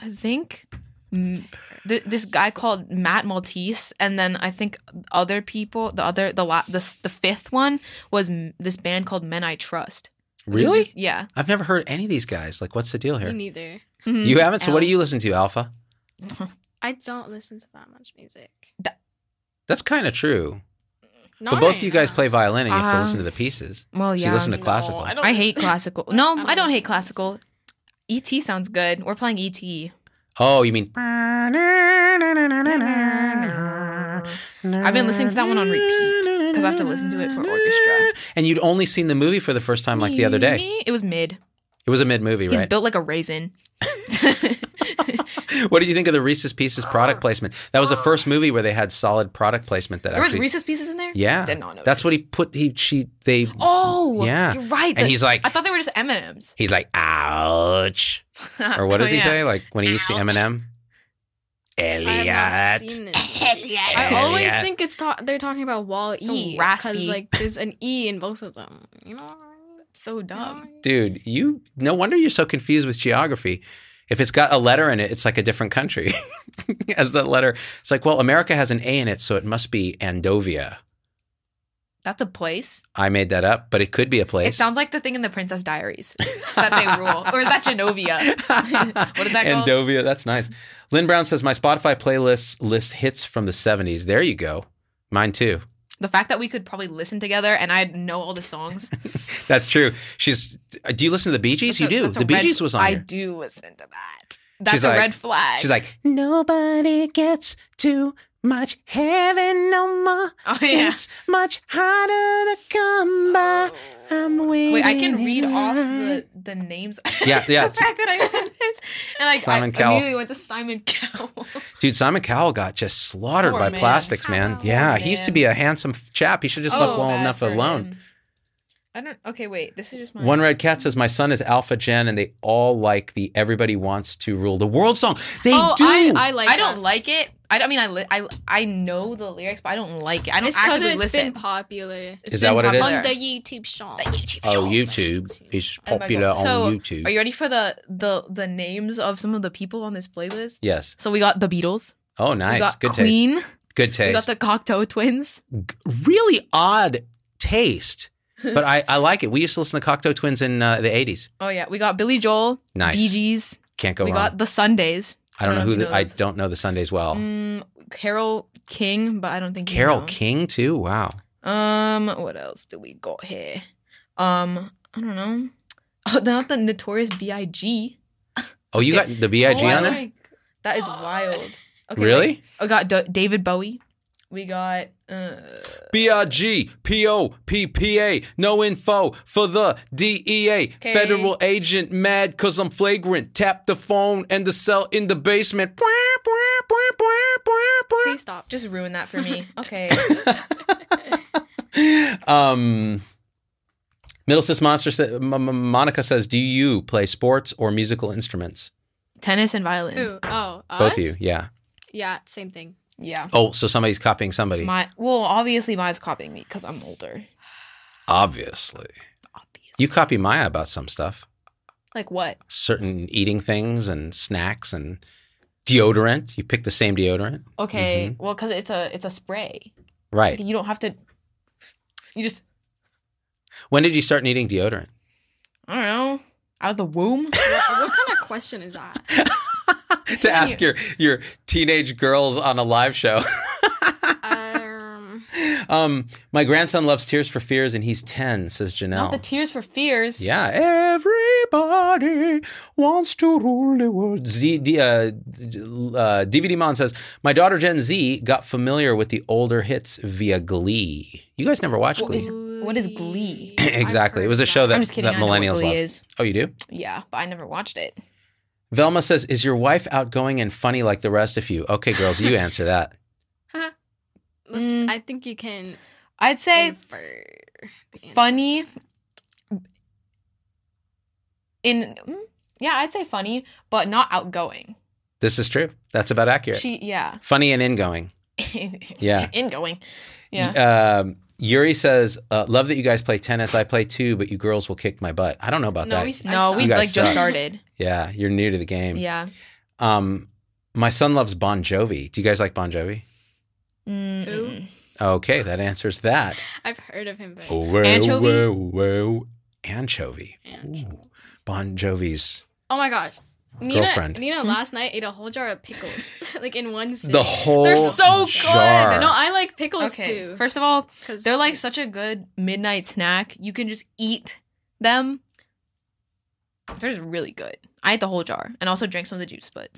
Speaker 3: i think mm, th- this guy called Matt Maltese, and then I think other people. The other, the la- the, s- the fifth one was mm, this band called Men I Trust.
Speaker 1: Really?
Speaker 3: Just- yeah.
Speaker 1: I've never heard any of these guys. Like, what's the deal
Speaker 2: Me
Speaker 1: here?
Speaker 2: neither.
Speaker 3: Mhm.
Speaker 1: You haven't. So what do
Speaker 3: Al.
Speaker 1: you listen to, Alpha?
Speaker 2: I don't listen to that much music.
Speaker 1: That's kind of true.
Speaker 2: Not
Speaker 1: But both of you guys
Speaker 2: now.
Speaker 1: play violin, and you have to
Speaker 3: Uh-huh.
Speaker 1: listen to the pieces.
Speaker 3: Well,
Speaker 1: So
Speaker 3: yeah.
Speaker 1: you listen to
Speaker 2: No,
Speaker 1: classical.
Speaker 2: I don't-
Speaker 3: I hate classical. No, (laughs)
Speaker 2: I don't
Speaker 3: I don't
Speaker 2: listen
Speaker 3: hate
Speaker 2: to
Speaker 3: classical. ET sounds good. We're playing E ET.
Speaker 1: Oh, you mean?
Speaker 3: I've been listening to that one on repeat because I have to listen to it for orchestra.
Speaker 1: And you'd only seen the movie for the first time, like the other day.
Speaker 3: It was mid.
Speaker 1: It was a mid movie,
Speaker 3: He's
Speaker 1: right?
Speaker 3: built like a raisin.
Speaker 1: (laughs)
Speaker 3: (laughs)
Speaker 1: what did you think of the Reese's Pieces product placement? That was the first movie where they had solid product placement. That
Speaker 3: there was
Speaker 1: actually,
Speaker 3: Reese's pieces in there.
Speaker 1: yeah,
Speaker 3: Did not notice.
Speaker 1: that's what he put. He she they,
Speaker 3: Oh,
Speaker 1: Yeah.
Speaker 3: You're right.
Speaker 1: and
Speaker 3: The-
Speaker 1: he's like
Speaker 3: I thought they were just M and M's.
Speaker 1: he's like ouch, (laughs) or what does
Speaker 3: Oh,
Speaker 1: he say? Like when he eats the M and M,
Speaker 2: I have not
Speaker 1: Elliot.
Speaker 2: seen this.
Speaker 3: (laughs)
Speaker 2: I always think it's ta- they're talking about Wall
Speaker 3: So
Speaker 2: E because
Speaker 3: raspy.
Speaker 2: like there's an E in both of them. You know,
Speaker 3: So
Speaker 2: dumb.
Speaker 3: dumb.
Speaker 1: Dude, you no wonder you're so confused with geography. If it's got a letter in it, it's like a different country. (laughs) As that letter, it's like, well, America has an A in it, so it must be Andovia.
Speaker 3: That's a place.
Speaker 1: I made that up, but it could be a place.
Speaker 3: It sounds like the thing in the Princess Diaries that they
Speaker 1: (laughs)
Speaker 3: rule, or is that Genovia? (laughs) What is that called?
Speaker 1: Andovia. That's nice. Lynn Brown says my Spotify playlist lists hits from the 70s. There you go. Mine too.
Speaker 3: The fact that we could probably listen together and I know all the songs.
Speaker 1: That's true. She's. Do you listen to the Bee Gees?
Speaker 3: That's
Speaker 1: You
Speaker 3: a-
Speaker 1: do.
Speaker 3: that's a
Speaker 1: The Bee
Speaker 3: red-
Speaker 1: Gees was on
Speaker 3: I
Speaker 1: here.
Speaker 3: do listen to that. That's
Speaker 1: She's
Speaker 3: a
Speaker 1: like-
Speaker 3: red flag.
Speaker 1: She's like, nobody gets too much heaven no more.
Speaker 3: (laughs)
Speaker 1: (laughs)
Speaker 3: oh yeah.
Speaker 1: It's much harder to come by. I'm waiting.
Speaker 3: Wait, I can read
Speaker 1: in
Speaker 3: off
Speaker 1: line.
Speaker 3: the, the names. (laughs)
Speaker 1: Yeah, yeah.
Speaker 3: the fact that I did this, and like,
Speaker 1: Simon
Speaker 3: I
Speaker 1: Cowell.
Speaker 3: immediately went to Simon Cowell.
Speaker 1: Dude, Simon Cowell got just slaughtered
Speaker 3: Poor
Speaker 1: by
Speaker 3: man.
Speaker 1: plastics, man.
Speaker 2: Poor
Speaker 1: yeah, he used to
Speaker 3: man.
Speaker 1: be a handsome f- chap. He should just left well
Speaker 3: Oh, bad
Speaker 1: enough
Speaker 3: for
Speaker 1: alone.
Speaker 3: him. I don't. Okay, wait. This is just my
Speaker 1: One Red Cat says, My son is Alpha Gen, and they all like the Everybody Wants to Rule the World song. They
Speaker 2: oh,
Speaker 1: do.
Speaker 2: I, I like.
Speaker 3: I don't
Speaker 2: that.
Speaker 3: like it. I, don't- I mean, I, li- I I know the lyrics, but I don't like it. I don't
Speaker 2: It's because
Speaker 3: actively
Speaker 2: it's
Speaker 3: listen.
Speaker 2: been popular
Speaker 1: Is that what it is?
Speaker 3: popular.
Speaker 2: on the YouTube song.
Speaker 1: oh, YouTube is
Speaker 3: Oh my
Speaker 1: popular
Speaker 3: God.
Speaker 1: on
Speaker 3: So,
Speaker 1: YouTube.
Speaker 3: Are you ready for the the the names of some of the people on this playlist?
Speaker 1: yes.
Speaker 3: So we got the Beatles.
Speaker 1: Oh,
Speaker 3: We
Speaker 1: nice.
Speaker 3: got
Speaker 1: Good taste.
Speaker 3: Queen.
Speaker 1: Good
Speaker 3: We got
Speaker 1: taste.
Speaker 3: the Cocteau Twins.
Speaker 1: really odd
Speaker 3: (laughs)
Speaker 1: taste, but I, I like it. We used to listen to Cocteau Twins in uh, the 80s.
Speaker 3: Oh yeah, we got Billy Joel.
Speaker 1: Nice.
Speaker 3: Bee Gees.
Speaker 1: Can't go
Speaker 3: we
Speaker 1: wrong.
Speaker 3: got the Sundays.
Speaker 1: I don't know who.
Speaker 3: if you
Speaker 1: The, I
Speaker 3: those.
Speaker 1: don't know the Sundays well.
Speaker 3: Mm, Carol King, but I don't think you
Speaker 1: Oh. Carol
Speaker 3: know.
Speaker 1: King too. Wow.
Speaker 3: Um, what else do we got here? Um, I don't know. (laughs) Oh, not the Notorious B.I.G.
Speaker 1: Oh, you got the Big
Speaker 3: Oh,
Speaker 1: on
Speaker 3: I
Speaker 1: there?
Speaker 3: like- That is
Speaker 2: God.
Speaker 3: wild.
Speaker 1: really?
Speaker 3: wait. I got D- David Bowie. We got uh,
Speaker 1: B I G P O P P A. No info for the DEA.
Speaker 3: Okay.
Speaker 1: Federal agent mad cause I'm flagrant. Tap the phone and the cell in the basement.
Speaker 2: Please stop.
Speaker 3: just ruin that for me. Okay.
Speaker 1: (laughs) um, Middle Sis Monster sa- M- M- Monica says, "Do you play sports or musical instruments?"
Speaker 3: Tennis and violin.
Speaker 2: Who? Oh, us?
Speaker 1: Both of you, yeah.
Speaker 2: Yeah, same thing.
Speaker 3: Yeah.
Speaker 1: Oh, so somebody's copying somebody.
Speaker 3: My well, obviously mine's copying me because I'm older.
Speaker 1: Obviously,
Speaker 3: Obviously.
Speaker 1: you copy Maya about some stuff.
Speaker 3: like what?
Speaker 1: certain eating things and snacks and deodorant. You pick the same deodorant,
Speaker 3: Okay.
Speaker 1: Mm-hmm.
Speaker 3: Well, because it's a it's a spray.
Speaker 1: right?
Speaker 3: You don't have to. You just
Speaker 1: When did you start needing
Speaker 3: (laughs)
Speaker 1: deodorant? (laughs)
Speaker 3: I don't know out of the womb.
Speaker 2: What, Uh, what kind of question
Speaker 1: (laughs)
Speaker 2: is that?
Speaker 1: to ask your your teenage girls on a live show.
Speaker 2: Um,
Speaker 1: (laughs) Um, my grandson loves Tears for Fears, and he's ten. Says Janelle.
Speaker 3: Not the Tears for Fears.
Speaker 1: yeah, everybody wants to rule the world. Z, D, uh, uh, DVD Mon says my daughter Gen Z got familiar with the older hits via Glee. You guys never watched
Speaker 3: What
Speaker 1: Glee?
Speaker 3: is- what is Glee?
Speaker 1: (clears throat) exactly, it was a show that
Speaker 3: I'm just kidding.
Speaker 1: that
Speaker 3: I know what
Speaker 1: millennials
Speaker 3: Glee
Speaker 1: love.
Speaker 3: is.
Speaker 1: Oh, you do?
Speaker 3: Yeah, but I never watched it.
Speaker 1: Velma says, "Is your wife outgoing and funny like the rest of you?" Okay, girls, you answer that.
Speaker 2: Must-
Speaker 3: Mm.
Speaker 2: I think you can
Speaker 3: I'd say
Speaker 2: infer the answer.
Speaker 3: funny. In mm, yeah, I'd say funny, but not outgoing.
Speaker 1: This is true. That's about accurate.
Speaker 3: She yeah. (laughs)
Speaker 1: funny and ingoing. Yeah.
Speaker 3: Ingoing. Yeah.
Speaker 1: Um, Yuri says, uh, "Love that you guys play tennis. I play too, but you girls will kick my butt." I don't know about
Speaker 2: No,
Speaker 1: that.
Speaker 2: we, I
Speaker 3: No,
Speaker 2: saw
Speaker 3: we
Speaker 1: You
Speaker 2: that.
Speaker 1: guys
Speaker 3: like just
Speaker 1: suck.
Speaker 3: started.
Speaker 1: yeah, you're new to the game.
Speaker 3: Yeah.
Speaker 1: Um, my son loves Bon Jovi. Do you guys like Bon Jovi?
Speaker 3: Mm,
Speaker 2: Who?
Speaker 3: mm, mm.
Speaker 1: Okay, that answers that.
Speaker 2: I've heard of him, but
Speaker 1: Oh, well,
Speaker 3: Anchovy?
Speaker 1: well, well. Anchovy.
Speaker 2: Anchovy.
Speaker 1: Ooh. Bon Jovi's
Speaker 2: oh my gosh, Nina,
Speaker 1: Girlfriend.
Speaker 2: Nina last night ate a whole jar of pickles, (laughs) like in one sitting.
Speaker 1: the whole.
Speaker 2: they're so
Speaker 1: jar. (laughs)
Speaker 2: good. (laughs) No, I like pickles
Speaker 3: Okay.
Speaker 2: too.
Speaker 3: First of all,
Speaker 2: 'cause-
Speaker 3: they're like such a good midnight snack. You can just eat them. They're just really good. I ate the whole jar and also drank some of the juice, but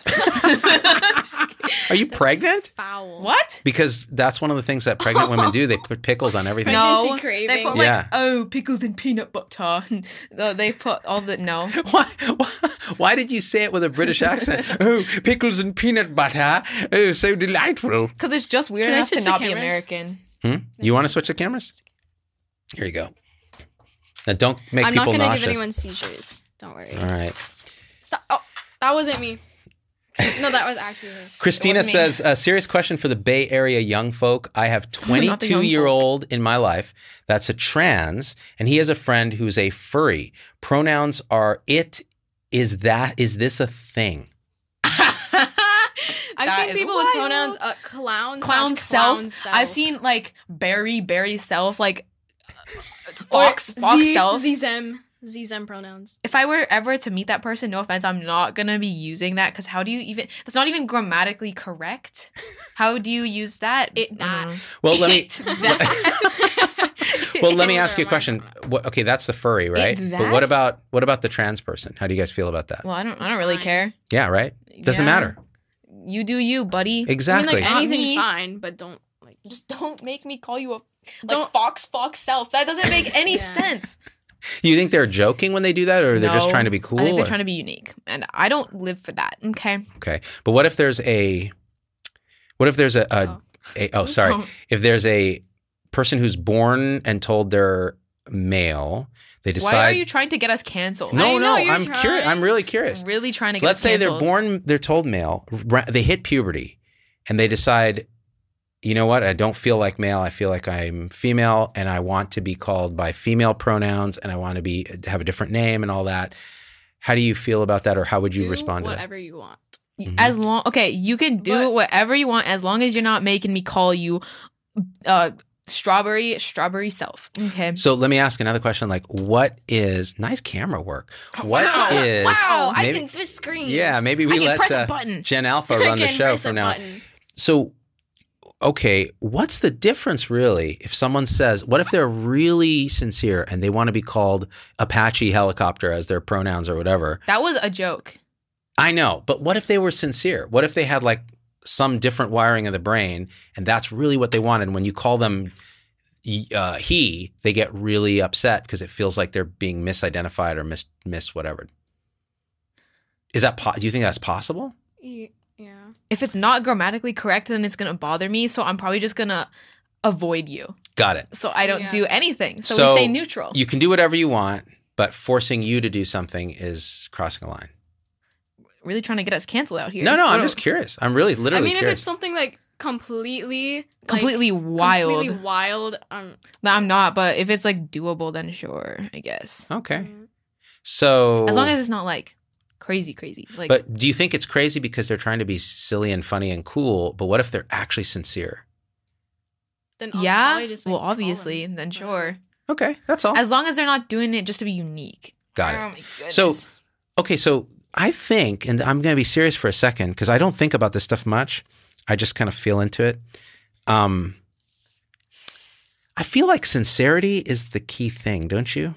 Speaker 2: (laughs)
Speaker 1: Are you
Speaker 2: That's
Speaker 1: pregnant?
Speaker 2: Foul.
Speaker 3: what?
Speaker 1: Because that's one of the things that pregnant women do. They put pickles on everything.
Speaker 2: Pregnancy
Speaker 3: No, they
Speaker 2: craving.
Speaker 3: put like
Speaker 1: Yeah.
Speaker 3: oh pickles and peanut butter. (laughs) No, they put all the
Speaker 2: (laughs)
Speaker 3: no.
Speaker 1: (laughs) Why, why, why did you say it with a British accent? oh, pickles and peanut butter. Oh, so delightful.
Speaker 3: Because it's just weird
Speaker 2: Can I
Speaker 3: enough to
Speaker 2: switch the
Speaker 3: not be
Speaker 2: cameras?
Speaker 3: American.
Speaker 1: Hmm? You want to switch the cameras? Here you go. Now, don't make
Speaker 2: I'm not
Speaker 1: people
Speaker 2: gonna
Speaker 1: nauseous.
Speaker 2: give anyone seizures. Don't worry.
Speaker 1: All right.
Speaker 2: Stop. Oh, that wasn't
Speaker 1: (laughs)
Speaker 2: me. No, that was actually her.
Speaker 1: Christina
Speaker 3: wasn't me.
Speaker 1: says, a serious question for the Bay Area young folk. I
Speaker 3: (laughs)
Speaker 1: have
Speaker 3: Not the young
Speaker 1: 22 year old in my life that's a trans, and he has a friend who's a furry. Pronouns are it, is that, is this a thing?
Speaker 2: (laughs) I've
Speaker 3: That
Speaker 2: seen
Speaker 3: is
Speaker 2: people with
Speaker 3: wild.
Speaker 2: pronouns uh, clown,
Speaker 3: clown
Speaker 2: slash
Speaker 3: self.
Speaker 2: clown self.
Speaker 3: I've seen like Barry Barry self like
Speaker 2: Or
Speaker 3: Fox Fox
Speaker 2: Z,
Speaker 3: self.
Speaker 2: Zem Zem pronouns.
Speaker 3: if I were ever to meet that person, no offense, I'm not gonna be using that because how do you even? That's not even grammatically
Speaker 2: (laughs)
Speaker 3: correct. How do you use that?
Speaker 2: It that.
Speaker 1: Well, let
Speaker 3: (laughs)
Speaker 2: (laughs)
Speaker 1: me.
Speaker 2: that.
Speaker 1: well, let me ask
Speaker 2: Never
Speaker 1: you a
Speaker 2: mind.
Speaker 1: question. What, okay, that's the furry, right? But what
Speaker 3: that?
Speaker 1: about what about the trans person? How do you guys feel about that?
Speaker 3: Well, I don't. I
Speaker 2: It's
Speaker 3: don't really
Speaker 2: fine.
Speaker 3: care.
Speaker 1: yeah, right. Doesn't
Speaker 3: Yeah.
Speaker 1: matter.
Speaker 3: You do you, buddy.
Speaker 1: Exactly.
Speaker 2: I mean,
Speaker 3: Not
Speaker 2: like anything's
Speaker 3: me.
Speaker 2: fine, but don't like
Speaker 3: Just don't make me call you a
Speaker 2: Don't-
Speaker 3: fox fox self. That doesn't make any
Speaker 2: (laughs) Yeah.
Speaker 3: sense.
Speaker 1: you think they're joking when they do that, or they're just
Speaker 3: No,
Speaker 1: trying to be cool?
Speaker 3: I think they're
Speaker 1: or-
Speaker 3: trying to be unique, and I don't live for that. Okay.
Speaker 1: okay, but what if there's a, what if there's a, a,
Speaker 2: Oh.
Speaker 1: a
Speaker 3: (laughs)
Speaker 1: oh sorry,
Speaker 3: Don't-
Speaker 1: if there's a person who's born and told they're male, they decide.
Speaker 3: Why are you trying to get us canceled?
Speaker 2: I
Speaker 1: no,
Speaker 2: know
Speaker 1: no,
Speaker 2: you're
Speaker 1: I'm curious. I'm
Speaker 2: trying.
Speaker 1: really curious.
Speaker 3: I'm really trying to get.
Speaker 1: Let's
Speaker 3: us
Speaker 1: say they're
Speaker 3: canceled.
Speaker 1: born, they're told male, ra- they hit puberty, and they decide, you know what? I don't feel like male. I feel like I'm female, and I want to be called by female pronouns, and I want to be have a different name and all that. How do you feel about that, or how would you
Speaker 2: do
Speaker 1: respond to that?
Speaker 2: whatever you want.
Speaker 1: Mhm.
Speaker 3: As long, okay, you can do
Speaker 2: But-
Speaker 3: whatever you want as long as you're not making me call you, uh, strawberry, strawberry self. Okay.
Speaker 1: So let me ask another question. Like, what is nice camera work? What
Speaker 3: Wow.
Speaker 1: is?
Speaker 2: Wow,
Speaker 1: maybe-
Speaker 2: I can switch screens.
Speaker 1: Yeah, maybe
Speaker 3: I
Speaker 1: we
Speaker 3: can
Speaker 1: let
Speaker 3: press
Speaker 1: uh,
Speaker 3: a button.
Speaker 1: Gen Alpha
Speaker 2: (laughs) I
Speaker 1: run the
Speaker 2: can
Speaker 1: show
Speaker 2: press a
Speaker 1: from now. on.
Speaker 2: button.
Speaker 1: So, okay, what's the difference really if someone says, what if they're really sincere and they want to be called Apache helicopter as their pronouns or whatever?
Speaker 3: That was a joke.
Speaker 1: I know, but what if they were sincere? What if they had like some different wiring of the brain and that's really what they wanted? When you call them y- uh, he, they get really upset because it feels like they're being misidentified or mis, mis whatever. Is that, po- do you think that's possible?
Speaker 2: Y- Yeah.
Speaker 3: If it's not grammatically correct, then it's gonna bother me. So I'm probably just gonna avoid you.
Speaker 1: Got it.
Speaker 3: So I don't
Speaker 2: Yeah.
Speaker 3: do anything. So,
Speaker 1: So
Speaker 3: we stay neutral.
Speaker 1: You can do whatever you want, but forcing you to do something is crossing a line.
Speaker 3: really trying to get us canceled out here.
Speaker 1: No, no, I'm
Speaker 3: We're
Speaker 1: just curious. I'm really
Speaker 2: I
Speaker 1: literally
Speaker 2: mean, if
Speaker 1: curious.
Speaker 2: it's something like completely, like,
Speaker 3: completely wild
Speaker 2: completely wild. Um,
Speaker 3: that I'm not. But if it's like doable, then sure, I guess.
Speaker 1: okay.
Speaker 2: mm,
Speaker 1: So
Speaker 3: As long as it's not like crazy, crazy. Like
Speaker 1: But do you think it's crazy because they're trying to be silly and funny and cool, but what if they're actually sincere?
Speaker 2: then I'll
Speaker 3: yeah.
Speaker 2: probably just, like,
Speaker 3: Well,
Speaker 2: call
Speaker 3: obviously,
Speaker 2: them,
Speaker 3: then
Speaker 2: whatever.
Speaker 3: sure.
Speaker 1: Okay, that's all.
Speaker 3: As long as they're not doing it just to be unique.
Speaker 1: Got it.
Speaker 3: Oh my goodness.
Speaker 1: So- Okay, so I think, and I'm going to be serious for a second because I don't think about this stuff much. I just kind of feel into it. Um, I feel like sincerity is the key thing, don't you?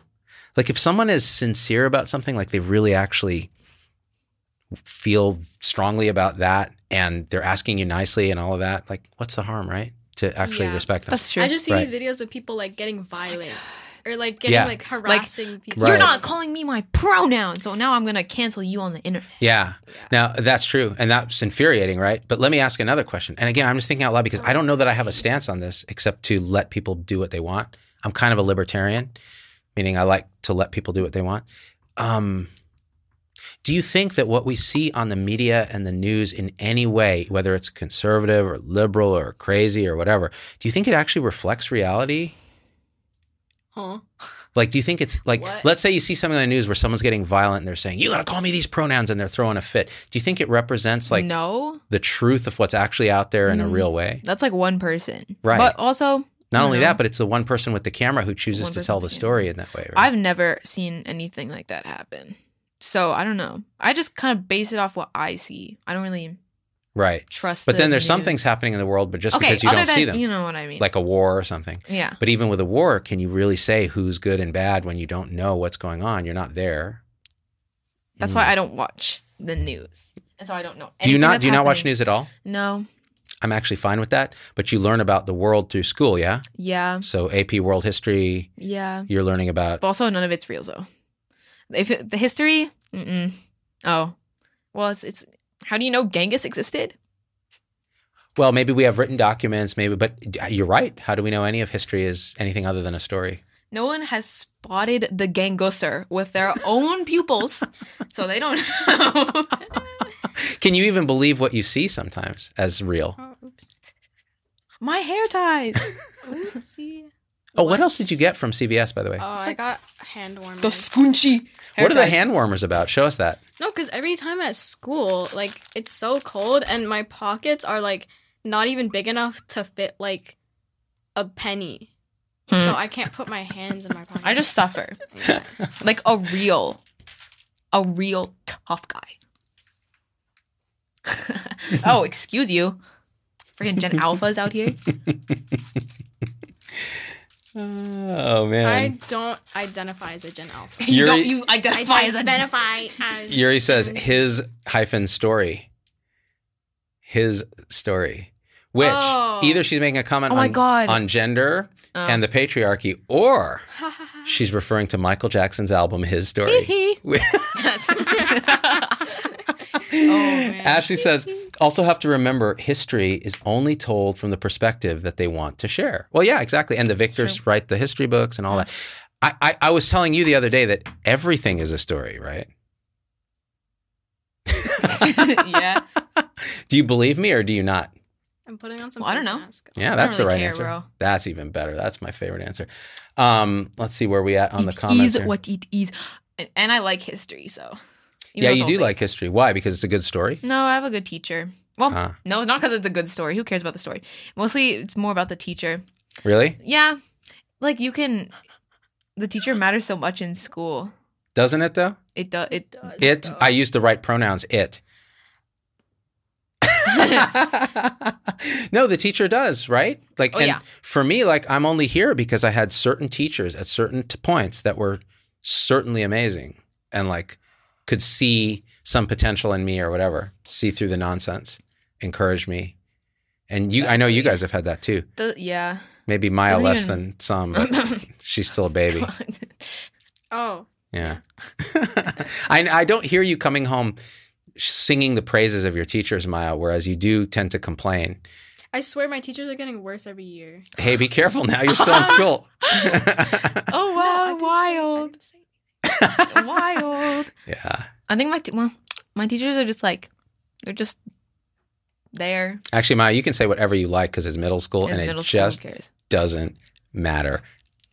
Speaker 1: Like if someone is sincere about something, like they really actually feel strongly about that and they're asking you nicely and all of that, like what's the harm, right? To actually
Speaker 2: Yeah.
Speaker 1: respect them.
Speaker 3: That's true.
Speaker 2: I just see
Speaker 1: Right.
Speaker 2: these videos of people like getting
Speaker 3: Oh
Speaker 2: violent or like getting
Speaker 1: Yeah.
Speaker 2: like harassing people.
Speaker 1: Right.
Speaker 3: You're not calling me my pronoun, so now I'm gonna cancel you on the internet.
Speaker 1: yeah.
Speaker 2: Yeah.
Speaker 1: Now that's true. And that's infuriating, right? But let me ask another question. And again, I'm just thinking out loud because I don't know that I have a stance on this except to let people do what they want. I'm kind of a libertarian, meaning I like to let people do what they want. Um, do you think that what we see on the media and the news in any way, whether it's conservative or liberal or crazy or whatever, do you think it actually reflects reality?
Speaker 2: Huh?
Speaker 1: Like, do you think it's like,
Speaker 2: What?
Speaker 1: let's say you see something on the news where someone's getting violent and they're saying, you got to call me these pronouns and they're throwing a fit. Do you think it represents like
Speaker 3: no,
Speaker 1: the truth of what's actually out there in a
Speaker 3: Mm.
Speaker 1: real way?
Speaker 3: that's like one person.
Speaker 1: Right.
Speaker 3: But also,
Speaker 1: Not only
Speaker 3: No.
Speaker 1: that, but it's the one person with the camera who chooses
Speaker 3: one
Speaker 1: to
Speaker 3: person
Speaker 1: tell the
Speaker 3: with the
Speaker 1: story in that way. Right?
Speaker 3: I've never seen anything like that happen. So I don't know. I just kind of base it off what I see. I don't really
Speaker 1: right.
Speaker 3: trust.
Speaker 1: But
Speaker 3: the
Speaker 1: then there's some
Speaker 3: news.
Speaker 1: things happening in the world, but just
Speaker 3: okay,
Speaker 1: because you
Speaker 3: other
Speaker 1: don't
Speaker 3: than
Speaker 1: see them,
Speaker 3: you know what I mean.
Speaker 1: like a war or something.
Speaker 3: yeah,
Speaker 1: But even with a war, can you really say who's good and bad when you don't know what's going on? You're not there.
Speaker 3: that's why I don't watch the news, and so I don't know.
Speaker 1: mm. do you
Speaker 3: anything
Speaker 1: not
Speaker 3: that's
Speaker 1: do you not watch
Speaker 3: happening.
Speaker 1: news at all?
Speaker 3: No.
Speaker 1: I'm actually fine with that. But you learn about the world through school, yeah.
Speaker 3: Yeah.
Speaker 1: So AP World History,
Speaker 3: Yeah.
Speaker 1: you're learning about.
Speaker 3: But also, none of it's real though. If it, the history, mm-mm. oh, well, it's it's. How do you know Genghis existed?
Speaker 1: Well, maybe we have written documents, maybe. But uh, you're right. How do we know any of history is anything other than a story?
Speaker 3: No one has spotted the gangoser with their own pupils, so they don't know.
Speaker 1: Can you even believe what you see sometimes as real?
Speaker 3: Oh, My hair ties.
Speaker 2: Oopsie.
Speaker 1: Oh, what else did you get from CVS, by the way?
Speaker 2: Oh, I
Speaker 3: like-
Speaker 2: got hand warmers.
Speaker 3: the scoonchy.
Speaker 1: what are the hand warmers about? Show us that.
Speaker 2: No, because every time at school, like it's so cold, and my pockets are like not even big enough to fit like a penny, so I can't put my hands in my pockets.
Speaker 3: Hmm. I
Speaker 2: (laughs)
Speaker 3: just suffer
Speaker 1: (laughs)
Speaker 2: Yeah.
Speaker 3: like a real, a real tough guy. (laughs) oh, excuse you, freaking Gen Alphas out here.
Speaker 1: Oh
Speaker 2: I
Speaker 1: man.
Speaker 2: don't identify as a Gen
Speaker 3: (laughs)
Speaker 2: Alpha.
Speaker 3: You
Speaker 1: Yuri-
Speaker 3: don't you
Speaker 2: I
Speaker 3: identify as a
Speaker 2: identify as
Speaker 1: Yuri says
Speaker 3: Mm.
Speaker 2: (laughs)
Speaker 1: his hyphen story. His story. Which
Speaker 2: Oh.
Speaker 1: either she's making a comment
Speaker 3: Oh
Speaker 1: on,
Speaker 3: my God. Uh-huh.
Speaker 1: on gender
Speaker 3: Um,
Speaker 1: and the patriarchy, or
Speaker 2: (laughs)
Speaker 1: she's referring to Michael Jackson's album His
Speaker 3: (laughs)
Speaker 1: Story.
Speaker 3: Oh, man.
Speaker 1: Ashley says, also have to remember history is only told from the perspective that they want to share. Well, yeah, exactly. And the victors write the history books and all that. I, I, I was telling you the other day that everything is a story, right?
Speaker 3: (laughs) yeah.
Speaker 1: Do you believe me or do you not?
Speaker 2: I'm putting on some.
Speaker 3: Well, I don't
Speaker 2: face
Speaker 3: know.
Speaker 2: mask.
Speaker 1: Yeah,
Speaker 3: I
Speaker 1: that's
Speaker 3: don't
Speaker 1: the
Speaker 3: really
Speaker 1: right
Speaker 3: care,
Speaker 1: answer.
Speaker 3: bro.
Speaker 1: That's even better. That's my favorite answer. Um, let's see where we at (laughs) on the
Speaker 3: It
Speaker 1: comments.
Speaker 3: is
Speaker 1: here.
Speaker 3: what it is. And, and I like history, so. even
Speaker 1: yeah,
Speaker 3: though it's
Speaker 1: you
Speaker 3: all
Speaker 1: do
Speaker 3: fake.
Speaker 1: like history. Why? Because it's a good story.
Speaker 3: No, I have a good teacher. Well,
Speaker 1: Ah.
Speaker 3: no, not because it's a good story. Who cares about the story? Mostly it's more about the teacher.
Speaker 1: Really?
Speaker 3: Yeah. Like you can. The teacher matters so much in school.
Speaker 1: Doesn't it though?
Speaker 3: It does. It.
Speaker 2: Does
Speaker 1: It.
Speaker 2: though.
Speaker 1: I use the right pronouns.
Speaker 3: (laughs)
Speaker 1: It. no, the teacher does, right? Like,
Speaker 3: Oh,
Speaker 1: and
Speaker 3: yeah.
Speaker 1: for me, like, I'm only here because I had certain teachers at certain t- points that were certainly amazing and like could see some potential in me or whatever, see through the nonsense, encourage me. And you, I know you guys have had that too.
Speaker 3: the yeah.
Speaker 1: Maybe Maya
Speaker 3: Doesn't
Speaker 1: less
Speaker 3: even-
Speaker 1: than some,
Speaker 3: (laughs)
Speaker 1: but she's still a baby.
Speaker 2: Oh,
Speaker 1: Yeah. (laughs) I, I don't hear you coming home singing the praises of your teachers, Maya, whereas you do tend to complain.
Speaker 2: I swear my teachers are getting worse every year.
Speaker 1: Hey, be careful now. You're still
Speaker 3: (laughs)
Speaker 1: in school.
Speaker 2: (laughs)
Speaker 3: oh
Speaker 2: I
Speaker 3: wow!
Speaker 2: didn't say- I
Speaker 3: wild,
Speaker 2: didn't
Speaker 3: (laughs)
Speaker 2: say-
Speaker 3: wild.
Speaker 1: yeah.
Speaker 3: I think my te- well, my teachers are just like they're just there.
Speaker 1: Actually, Maya, you can say whatever you like because it's middle school
Speaker 3: in
Speaker 1: and
Speaker 3: middle
Speaker 1: it
Speaker 3: school, who
Speaker 1: just
Speaker 3: cares?
Speaker 1: doesn't matter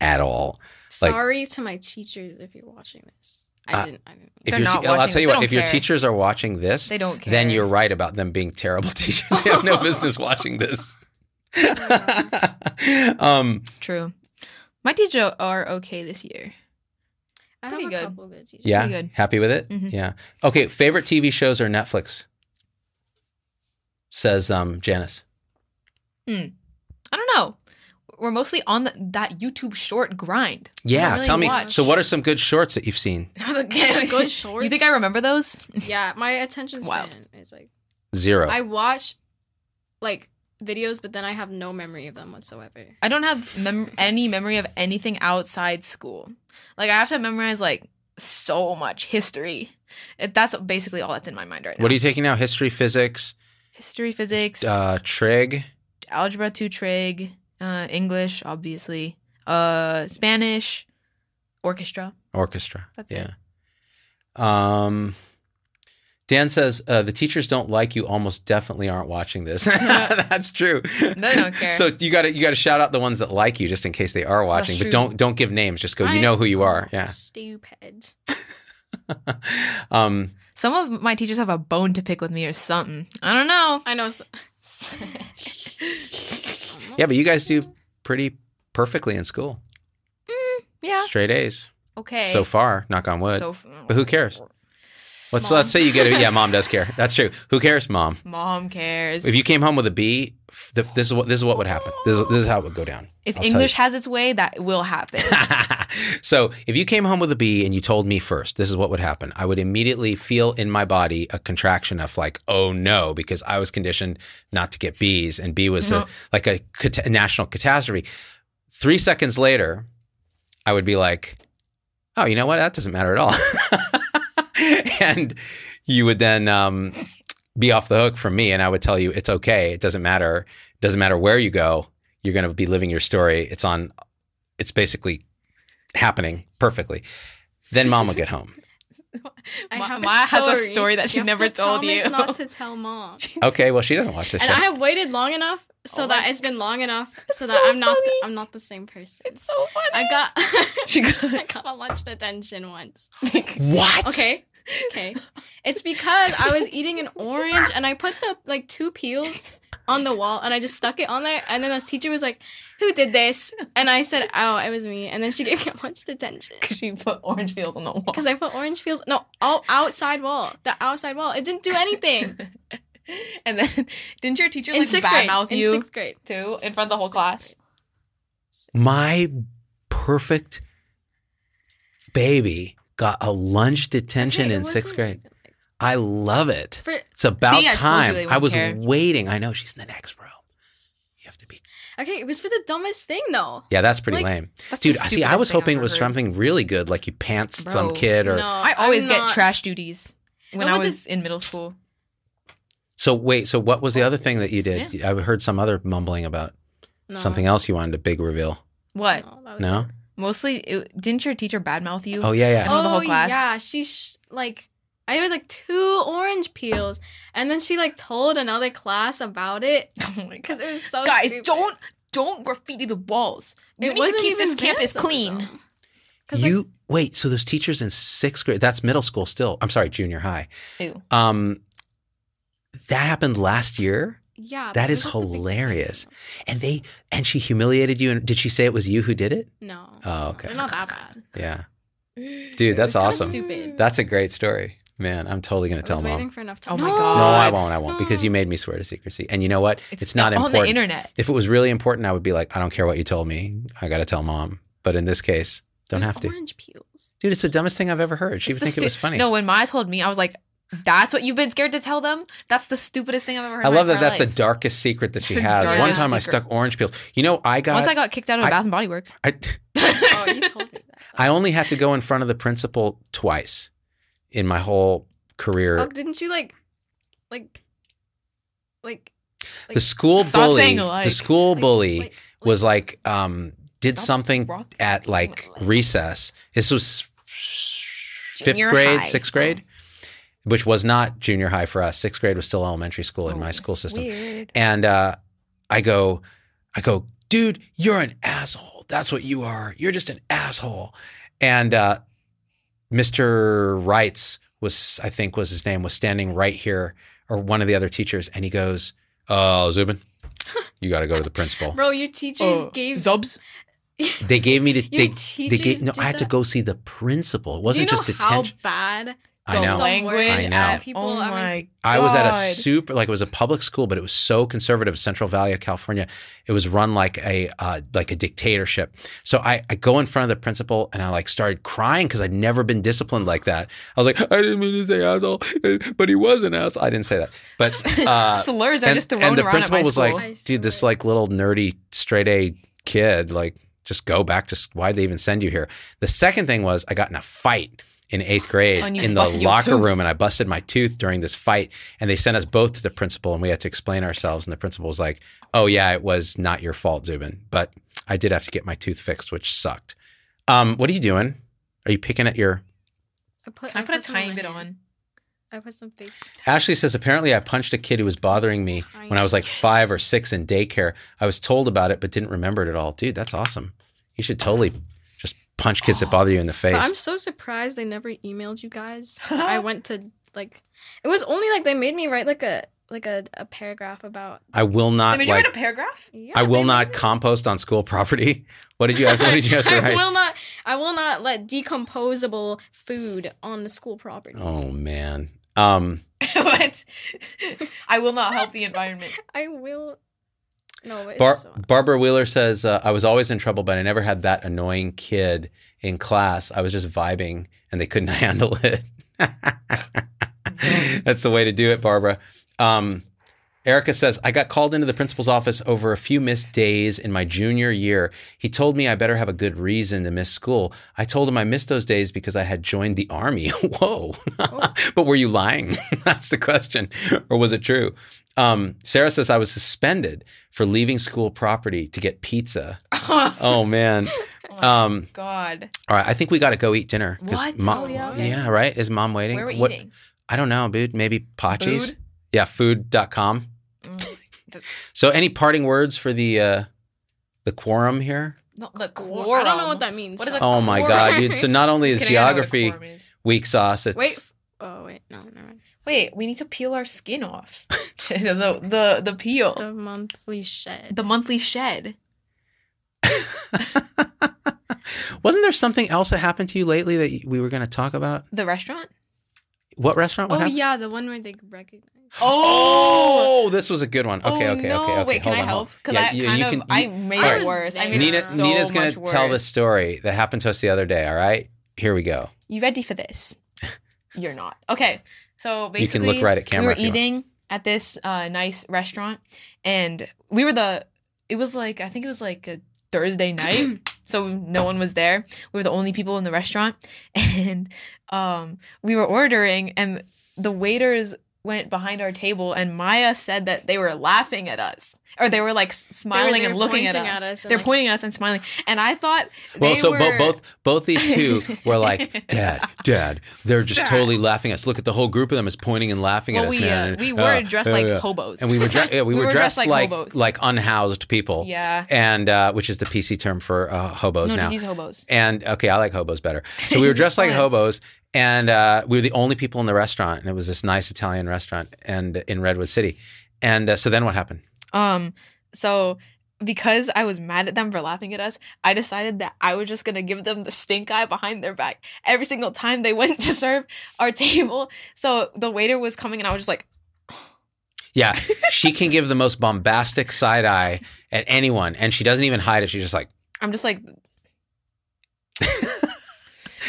Speaker 1: at all. Like-
Speaker 2: Sorry to my teachers if you're watching this. I
Speaker 1: Uh,
Speaker 2: didn't. I didn't.
Speaker 1: If
Speaker 3: They're
Speaker 1: your
Speaker 3: not
Speaker 1: te-
Speaker 3: watching
Speaker 1: I'll tell you
Speaker 3: this. They
Speaker 1: what,
Speaker 3: don't
Speaker 1: if your
Speaker 3: care.
Speaker 1: teachers are watching this,
Speaker 3: They don't care.
Speaker 1: then you're right about them being terrible (laughs) teachers. they have no business watching this. (laughs) um,
Speaker 3: True. My teachers are okay this year.
Speaker 2: I have
Speaker 3: pretty
Speaker 2: a
Speaker 3: good.
Speaker 2: couple good teachers. (laughs)
Speaker 1: yeah.
Speaker 3: Pretty good.
Speaker 1: Happy with it?
Speaker 3: Mhm.
Speaker 1: Yeah. Okay. Favorite TV shows or Netflix? Says um, Janice.
Speaker 3: I don't know. we're mostly on the, that YouTube short grind.
Speaker 1: Yeah,
Speaker 3: really
Speaker 1: tell me.
Speaker 3: watch.
Speaker 1: So, what are some good shorts that you've seen?
Speaker 3: (laughs)
Speaker 2: good
Speaker 3: you
Speaker 2: shorts.
Speaker 3: think I remember those?
Speaker 2: Yeah, my attention
Speaker 3: Wild.
Speaker 2: span is like
Speaker 1: Zero.
Speaker 2: I watch like videos, but then I have no memory of them whatsoever.
Speaker 3: I don't have mem- any memory of anything outside school. Like I have to memorize like so much history. It, that's basically all that's in my mind right now.
Speaker 1: what are you taking now? History, physics,
Speaker 3: history, physics,
Speaker 1: uh, trig.
Speaker 3: algebra two trig, uh, English obviously, uh, Spanish, orchestra.
Speaker 1: orchestra.
Speaker 3: That's
Speaker 1: yeah. Um, Dan says uh, the teachers don't like you. Almost definitely aren't
Speaker 3: (laughs)
Speaker 1: watching this. (laughs) That's true.
Speaker 3: They don't care.
Speaker 1: So you got to you got to shout out the ones that like you, just in case they are watching. But
Speaker 3: true.
Speaker 1: don't don't give names. Just go.
Speaker 2: I-
Speaker 1: You know who you are. Yeah.
Speaker 2: Oh, Stupid.
Speaker 1: (laughs) um,
Speaker 3: Some of my teachers have a bone to pick with me or something. I don't know.
Speaker 2: I know. s-
Speaker 3: (laughs)
Speaker 2: (laughs)
Speaker 1: yeah, but you guys do pretty perfectly in school.
Speaker 3: yeah.
Speaker 1: Straight A's
Speaker 3: Okay.
Speaker 1: so far. Knock on wood.
Speaker 3: So f-
Speaker 1: but who cares? let's
Speaker 2: Mom.
Speaker 1: let's say you get a yeah. Mom
Speaker 3: (laughs)
Speaker 1: does care. That's true. Who cares, mom?
Speaker 3: Mom cares.
Speaker 1: If you came home with a B, f- th- this is what this is what would happen. This is, this is how it would go down. (laughs)
Speaker 3: if
Speaker 1: I'll tell
Speaker 3: English has its way, that will
Speaker 1: (laughs)
Speaker 3: happen.
Speaker 1: so if you came home with a bee and you told me first, this is what would happen. I would immediately feel in my body a contraction of like, oh no, because I was conditioned not to get bees, and bee was
Speaker 2: Uh-huh.
Speaker 1: a,
Speaker 3: Mhm.
Speaker 1: like a cat- national catastrophe. Three seconds later, I would be like, oh, you know what? That doesn't matter at all. (laughs) and you would then um, be off the hook from me, and I would tell you it's okay. It doesn't matter. It doesn't matter where you go. You're going to be living your story. It's on. It's basically happening perfectly. Then mom will get
Speaker 2: (laughs)
Speaker 1: home.
Speaker 2: I
Speaker 3: Ma-
Speaker 2: have
Speaker 3: Ma has a story that she
Speaker 2: have
Speaker 3: never
Speaker 2: to
Speaker 3: told
Speaker 2: promise
Speaker 3: you.
Speaker 2: Not to tell
Speaker 1: (laughs)
Speaker 2: mom.
Speaker 1: Okay, well she doesn't watch this.
Speaker 2: and
Speaker 1: show.
Speaker 2: I have waited long enough, so
Speaker 3: Oh my-
Speaker 2: that it's been
Speaker 3: (laughs)
Speaker 2: long enough, so
Speaker 3: It's
Speaker 2: that
Speaker 3: so
Speaker 2: I'm not
Speaker 3: funny.
Speaker 2: the, I'm not the same person.
Speaker 3: so funny.
Speaker 2: I
Speaker 3: (laughs)
Speaker 2: got (laughs)
Speaker 3: She
Speaker 2: I
Speaker 3: got.
Speaker 2: got a lunch detention once.
Speaker 1: what?
Speaker 2: (laughs) Okay. Okay. It's because I was eating an orange and I put the like two peels on the wall and I just stuck it on there and then this teacher was like, Who did this? And I said, Oh, it was me and then she (laughs) gave me a lunch detention. (laughs)
Speaker 3: Because she put orange peels on the wall. (laughs)
Speaker 2: Because I put orange peels no, all outside wall. The outside wall. It didn't do (laughs) anything.
Speaker 3: and then, didn't your teacher
Speaker 2: In
Speaker 3: like
Speaker 2: sixth grade.
Speaker 3: badmouth
Speaker 2: in
Speaker 3: you
Speaker 2: sixth grade.
Speaker 3: too in front of the whole
Speaker 2: Sixth
Speaker 3: class?
Speaker 1: My perfect baby got a lunch detention
Speaker 2: Okay, it
Speaker 1: in sixth
Speaker 2: wasn't
Speaker 1: grade.
Speaker 2: even, like,
Speaker 1: I love it.
Speaker 2: For,
Speaker 1: It's about
Speaker 3: See, I told you
Speaker 1: time.
Speaker 3: they
Speaker 1: I
Speaker 3: wouldn't
Speaker 1: was
Speaker 3: care.
Speaker 1: waiting. I know she's in the next row. You have to be.
Speaker 2: okay, it was for the dumbest thing though.
Speaker 1: Yeah, that's pretty
Speaker 2: Like,
Speaker 1: lame,
Speaker 3: That's the
Speaker 1: dude. I see. I
Speaker 3: stupidest
Speaker 1: was
Speaker 3: thing I've
Speaker 1: hoping it was
Speaker 3: ever heard.
Speaker 1: something really good, like you pantsed some
Speaker 3: Bro,
Speaker 1: kid or.
Speaker 2: no,
Speaker 3: I always
Speaker 2: I'm
Speaker 3: get
Speaker 2: not-
Speaker 3: trash duties when
Speaker 2: No,
Speaker 3: I
Speaker 2: but
Speaker 3: was
Speaker 2: this-
Speaker 3: in middle school.
Speaker 1: So wait. So what was the other thing that you did? I heard some other mumbling about
Speaker 2: No.
Speaker 1: something else. You wanted a big reveal.
Speaker 3: What?
Speaker 2: No, that was
Speaker 1: No.
Speaker 3: Mostly, it, didn't your teacher badmouth you?
Speaker 1: Oh yeah, yeah.
Speaker 3: I know the whole class.
Speaker 2: Yeah, she sh- like I was like two orange peels, and then she like told another class about it
Speaker 3: (laughs) Oh my
Speaker 2: because it was so.
Speaker 3: guys,
Speaker 2: stupid.
Speaker 3: don't don't graffiti the walls. We
Speaker 2: It
Speaker 3: need to
Speaker 2: wasn't
Speaker 3: keep this
Speaker 2: even
Speaker 3: campus
Speaker 2: vandalism.
Speaker 3: clean.
Speaker 2: 'Cause, like,
Speaker 1: You wait. So those teachers in sixth grade. That's middle school still. I'm sorry, junior high.
Speaker 3: Ew.
Speaker 1: Um, that happened last year,
Speaker 2: yeah,
Speaker 1: that
Speaker 2: but it
Speaker 1: is
Speaker 2: was, like, the big
Speaker 1: hilarious.
Speaker 2: thing.
Speaker 1: and they and she humiliated you. And did she say it was you who did it?
Speaker 2: No,
Speaker 1: Oh, okay.
Speaker 2: they're not that bad.
Speaker 1: Yeah, dude, that's
Speaker 2: was kinda
Speaker 1: awesome.
Speaker 2: stupid.
Speaker 1: That's a great story, man. I'm totally gonna
Speaker 2: I
Speaker 1: tell
Speaker 2: was
Speaker 1: mom.
Speaker 2: waiting for enough time.
Speaker 3: Oh my
Speaker 2: No!
Speaker 1: No,
Speaker 3: God.
Speaker 1: I won't. I won't because
Speaker 2: No.
Speaker 1: you made me swear to secrecy. And you know what? It's, not
Speaker 3: on
Speaker 1: important.
Speaker 3: the internet.
Speaker 1: if it was really important, I would be like, I don't care what you told me. I got to tell mom. But in this case, don't
Speaker 2: There's
Speaker 1: have to.
Speaker 3: (laughs)
Speaker 2: Orange peels.
Speaker 1: Dude, it's the dumbest thing I've ever heard. She
Speaker 3: It's
Speaker 1: would
Speaker 3: the
Speaker 1: think it
Speaker 3: stu-
Speaker 1: was funny.
Speaker 3: No, when Ma told me, I was like, "That's what you've been scared to tell them. That's the stupidest thing I've ever heard."
Speaker 1: I
Speaker 3: in my
Speaker 1: love that
Speaker 3: entire
Speaker 1: that's the
Speaker 3: life."
Speaker 1: darkest secret that
Speaker 3: It's
Speaker 1: she
Speaker 3: the
Speaker 1: has. One
Speaker 2: darkest
Speaker 1: time I
Speaker 3: secret.
Speaker 1: stuck orange peels. You know, I got
Speaker 3: Once I got kicked out of
Speaker 1: I-
Speaker 3: Bath and Body Works, (laughs)
Speaker 1: I, (laughs)
Speaker 2: Oh, you told me that.
Speaker 1: I only had to go in front of the principal twice in my whole career.
Speaker 2: Oh, didn't you like, like, like?
Speaker 1: the school
Speaker 3: Stop
Speaker 1: bully
Speaker 3: saying like.
Speaker 1: the school
Speaker 2: like-
Speaker 1: bully
Speaker 2: like-
Speaker 1: was like um did
Speaker 3: Stop
Speaker 1: something
Speaker 3: rock-
Speaker 1: at like recess. This was fifth
Speaker 3: Junior
Speaker 1: grade,
Speaker 3: high.
Speaker 1: sixth grade, which was not junior high for us. Sixth grade was still elementary school in
Speaker 3: Oh,
Speaker 1: my school system.
Speaker 3: Weird.
Speaker 1: And uh, I go, I go, dude, you're an asshole. That's what you are. You're just an asshole. And uh, Mr. Wrights was, I think, was his name, was standing right here, or one of the other teachers, and he goes, "Oh, Zubin, you got to go to the principal."
Speaker 2: (laughs) Bro, your teachers
Speaker 3: Oh,
Speaker 2: gave (laughs)
Speaker 3: Zubs.
Speaker 1: They gave me to.
Speaker 2: your
Speaker 1: They,
Speaker 2: teachers.
Speaker 1: they gave, no,
Speaker 2: did
Speaker 1: I had to
Speaker 2: that?
Speaker 1: go see the principal. It
Speaker 2: Do you
Speaker 1: wasn't
Speaker 2: know
Speaker 1: just detention.
Speaker 2: How bad
Speaker 1: I know.
Speaker 3: The language
Speaker 1: I know.
Speaker 3: at
Speaker 2: People,
Speaker 3: oh
Speaker 2: I
Speaker 3: my
Speaker 2: mean,
Speaker 1: I was at a
Speaker 3: God.
Speaker 1: super like it was a public school, but it was so conservative, Central Valley of California. It was run like a uh, like a dictatorship. So I, I go in front of the principal and I like started crying because I'd never been disciplined like that. I was like, I didn't mean to say asshole, uh, but he was an asshole. I didn't say that,
Speaker 3: (laughs)
Speaker 1: but uh,
Speaker 3: slurs are
Speaker 1: and,
Speaker 3: just thrown
Speaker 1: and the
Speaker 3: around at
Speaker 1: principal
Speaker 3: my
Speaker 1: was
Speaker 3: school.
Speaker 2: I
Speaker 1: like, dude, this
Speaker 2: swear.
Speaker 1: like little nerdy straight A kid, like just go back to s- why'd they even send you here? The second thing was I got in a fight in eighth grade
Speaker 3: And you
Speaker 1: in the
Speaker 3: busted your
Speaker 1: locker
Speaker 3: tooth.
Speaker 1: room and I busted my tooth during this fight. And they sent us both to the principal and we had to explain ourselves. And the principal was like, oh, yeah, it was not your fault, Zubin, but I did have to get my tooth fixed, which sucked. Um, what are you doing? Are you picking at your
Speaker 2: I put,
Speaker 3: Can I put a
Speaker 2: something in
Speaker 3: tiny
Speaker 2: my
Speaker 3: bit
Speaker 2: hand.
Speaker 3: on?
Speaker 2: I put some face.
Speaker 1: Ashley says apparently I punched a kid who was bothering me
Speaker 2: Tiny.
Speaker 1: when I was like
Speaker 3: Yes.
Speaker 1: five or six in daycare. I was told about it but didn't remember it at all. Dude, that's awesome. You should totally just punch kids that bother you in the
Speaker 2: But I'm
Speaker 1: face.
Speaker 2: so surprised they never emailed
Speaker 3: (laughs)
Speaker 2: you guys. that I went to like, it was only like they made me write like a like a, a paragraph about.
Speaker 1: I will not
Speaker 3: Did you write
Speaker 1: like
Speaker 3: a paragraph? (laughs)
Speaker 2: Yeah,
Speaker 1: I will
Speaker 2: they
Speaker 1: not
Speaker 2: made
Speaker 1: compost on school property. (laughs) What did (laughs) you have, what did you have to
Speaker 2: (laughs) I
Speaker 1: write?
Speaker 2: will not. I will not let decomposable food on the school property.
Speaker 1: Oh man. Um
Speaker 3: what? (laughs) I will not help the
Speaker 1: (laughs)
Speaker 3: environment. (laughs)
Speaker 2: I will. No, it's
Speaker 1: Bar-
Speaker 2: so-
Speaker 1: Barbara Wheeler says, uh, I was always in trouble, but I never had that annoying kid in class. I was just vibing and they couldn't (laughs) handle it.
Speaker 3: Oh
Speaker 1: (laughs) That's the way to do it, Barbara. Um, Erica says, I got called into the principal's office over a few missed days in my junior year. He told me I better have a good reason to miss school. I told him I missed those days because I had joined the army. (laughs) Whoa. but were you lying? (laughs) That's the question. Or was it true? Um, Sarah says, I was suspended for leaving school property to get pizza.
Speaker 3: oh (laughs)
Speaker 1: Oh, man.
Speaker 3: my
Speaker 1: Um,
Speaker 3: God.
Speaker 1: all right. I think we got to go eat dinner. 'cause
Speaker 3: What?
Speaker 1: mo-
Speaker 2: Oh, yeah, okay.
Speaker 1: yeah, right? Is mom waiting?
Speaker 3: Where are we
Speaker 1: What-
Speaker 3: eating?
Speaker 1: I don't know, dude. Maybe Pachi's?
Speaker 3: Food?
Speaker 1: Yeah, food.com.
Speaker 3: Mm,
Speaker 1: So any parting words for the uh the quorum here?
Speaker 3: not the
Speaker 2: I
Speaker 3: quorum.
Speaker 2: don't know what that means.
Speaker 3: What is a
Speaker 1: oh my
Speaker 3: quorum?
Speaker 1: god, dude. So not only
Speaker 3: Just
Speaker 1: is
Speaker 3: kidding, I know what a
Speaker 1: geography
Speaker 3: quorum is.
Speaker 1: weak sauce, it's
Speaker 2: Wait. f- Oh wait, no, never mind.
Speaker 3: Wait, we need to peel our skin off. (laughs) the, the the peel.
Speaker 2: The monthly shed.
Speaker 3: The monthly shed.
Speaker 1: wasn't there something else that happened to you lately that we were gonna talk about?
Speaker 3: The restaurant?
Speaker 1: What restaurant? What
Speaker 2: oh
Speaker 1: happened?
Speaker 2: yeah, the one where they recognize.
Speaker 1: Oh, this was a good one. Okay,
Speaker 3: Oh,
Speaker 1: okay,
Speaker 3: no.
Speaker 1: okay, okay.
Speaker 3: Wait, can
Speaker 1: hold
Speaker 3: I
Speaker 1: on,
Speaker 3: help?
Speaker 1: hold on.
Speaker 3: Because
Speaker 1: Yeah,
Speaker 3: I kind of
Speaker 1: can-
Speaker 3: I
Speaker 1: you-
Speaker 3: made
Speaker 1: Alright.
Speaker 3: it worse. I made
Speaker 1: Nina,
Speaker 3: it so
Speaker 1: Nina's gonna
Speaker 3: much worse.
Speaker 1: tell the story that happened to us the other day. All right, here we go.
Speaker 3: You ready for
Speaker 1: (laughs)
Speaker 3: this? You're not. Okay. So basically,
Speaker 1: You can look right at camera.
Speaker 3: We were
Speaker 1: if you want.
Speaker 3: eating at this uh, nice restaurant, and we were the. It was like I think it was like a Thursday
Speaker 1: (clears throat)
Speaker 3: night, so no one was there. We were the only people in the restaurant, (laughs) and um, we were ordering, and the waiters went behind our table, and Maya said that they were laughing at us. Or they were like s- smiling
Speaker 2: they
Speaker 3: and
Speaker 2: were
Speaker 3: looking at us.
Speaker 2: pointing at us and,
Speaker 3: They're
Speaker 2: like-
Speaker 3: pointing at us and smiling. And I thought
Speaker 1: Well,
Speaker 3: they
Speaker 1: so
Speaker 3: were...
Speaker 1: bo- both both
Speaker 3: (laughs)
Speaker 1: these two were like, "Dad, Dad," they're just
Speaker 3: Dad.
Speaker 1: totally laughing at us. Look at the whole group of them is pointing and laughing
Speaker 3: Well,
Speaker 1: at us,
Speaker 3: we,
Speaker 1: man.
Speaker 3: uh,
Speaker 1: And,
Speaker 3: we
Speaker 1: uh,
Speaker 3: were dressed
Speaker 1: yeah,
Speaker 3: like
Speaker 1: yeah.
Speaker 3: hobos.
Speaker 1: and we were dre-
Speaker 3: (laughs)
Speaker 1: yeah, we, were, dressed, like like,
Speaker 3: hobos.
Speaker 1: unhoused people,
Speaker 3: yeah.
Speaker 1: and uh, which is the PC term for uh, hobos
Speaker 3: No,
Speaker 1: now.
Speaker 3: just use hobos.
Speaker 1: And okay, I like hobos better.
Speaker 3: (laughs)
Speaker 1: So we were dressed like
Speaker 3: Fine.
Speaker 1: hobos, and uh, we were the only people in the restaurant, and it was this nice Italian restaurant, and in Redwood City. And uh, so then what happened?
Speaker 3: Um, so because I was mad at them for laughing at us, I decided that I was just gonna give them the stink eye behind their back every single time they (laughs) went to serve our table. So the waiter was coming, and I was just like,
Speaker 1: Yeah, she can give the most bombastic side eye at anyone, and she doesn't even hide it. She's just like.
Speaker 3: I'm just
Speaker 1: (laughs)
Speaker 3: like,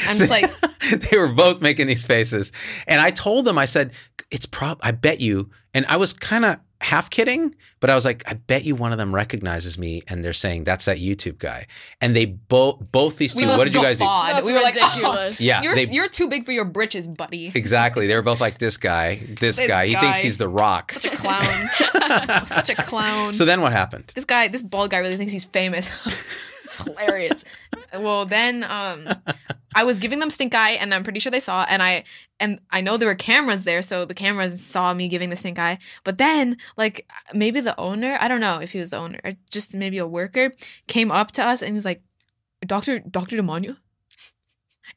Speaker 3: I'm just like,
Speaker 1: (laughs) they were both making these faces, and I told them, I said, "It's prob. I bet you." And I was kind of half kidding, but I was like, "I bet you one of them recognizes me," and they're saying, "That's that YouTube guy." And they both, both these
Speaker 3: we
Speaker 1: two.
Speaker 3: both
Speaker 1: What did you guys do?
Speaker 3: guffawed.
Speaker 2: That's
Speaker 3: We were like, (laughs) oh,
Speaker 2: ridiculous.
Speaker 1: Yeah,
Speaker 3: you're
Speaker 1: they-
Speaker 3: you're too big for your britches, buddy.
Speaker 1: Exactly. They were both like, "This guy, this,
Speaker 3: This
Speaker 1: guy. He thinks
Speaker 3: guy.
Speaker 1: he's the Rock."
Speaker 3: Such a (laughs) clown. Such a (laughs) clown.
Speaker 1: So then what happened?
Speaker 3: this guy, this bald guy, really thinks he's famous. (laughs) it's hilarious. well, then
Speaker 2: (laughs)
Speaker 3: um, I was giving them stink eye, and I'm pretty sure they saw. And I and I know there were cameras there, so the cameras saw me giving the stink eye. But then, like maybe the owner, I don't know if he was the owner, or just maybe a worker, came up to us and he was like, "Doctor, Doctor Demonio."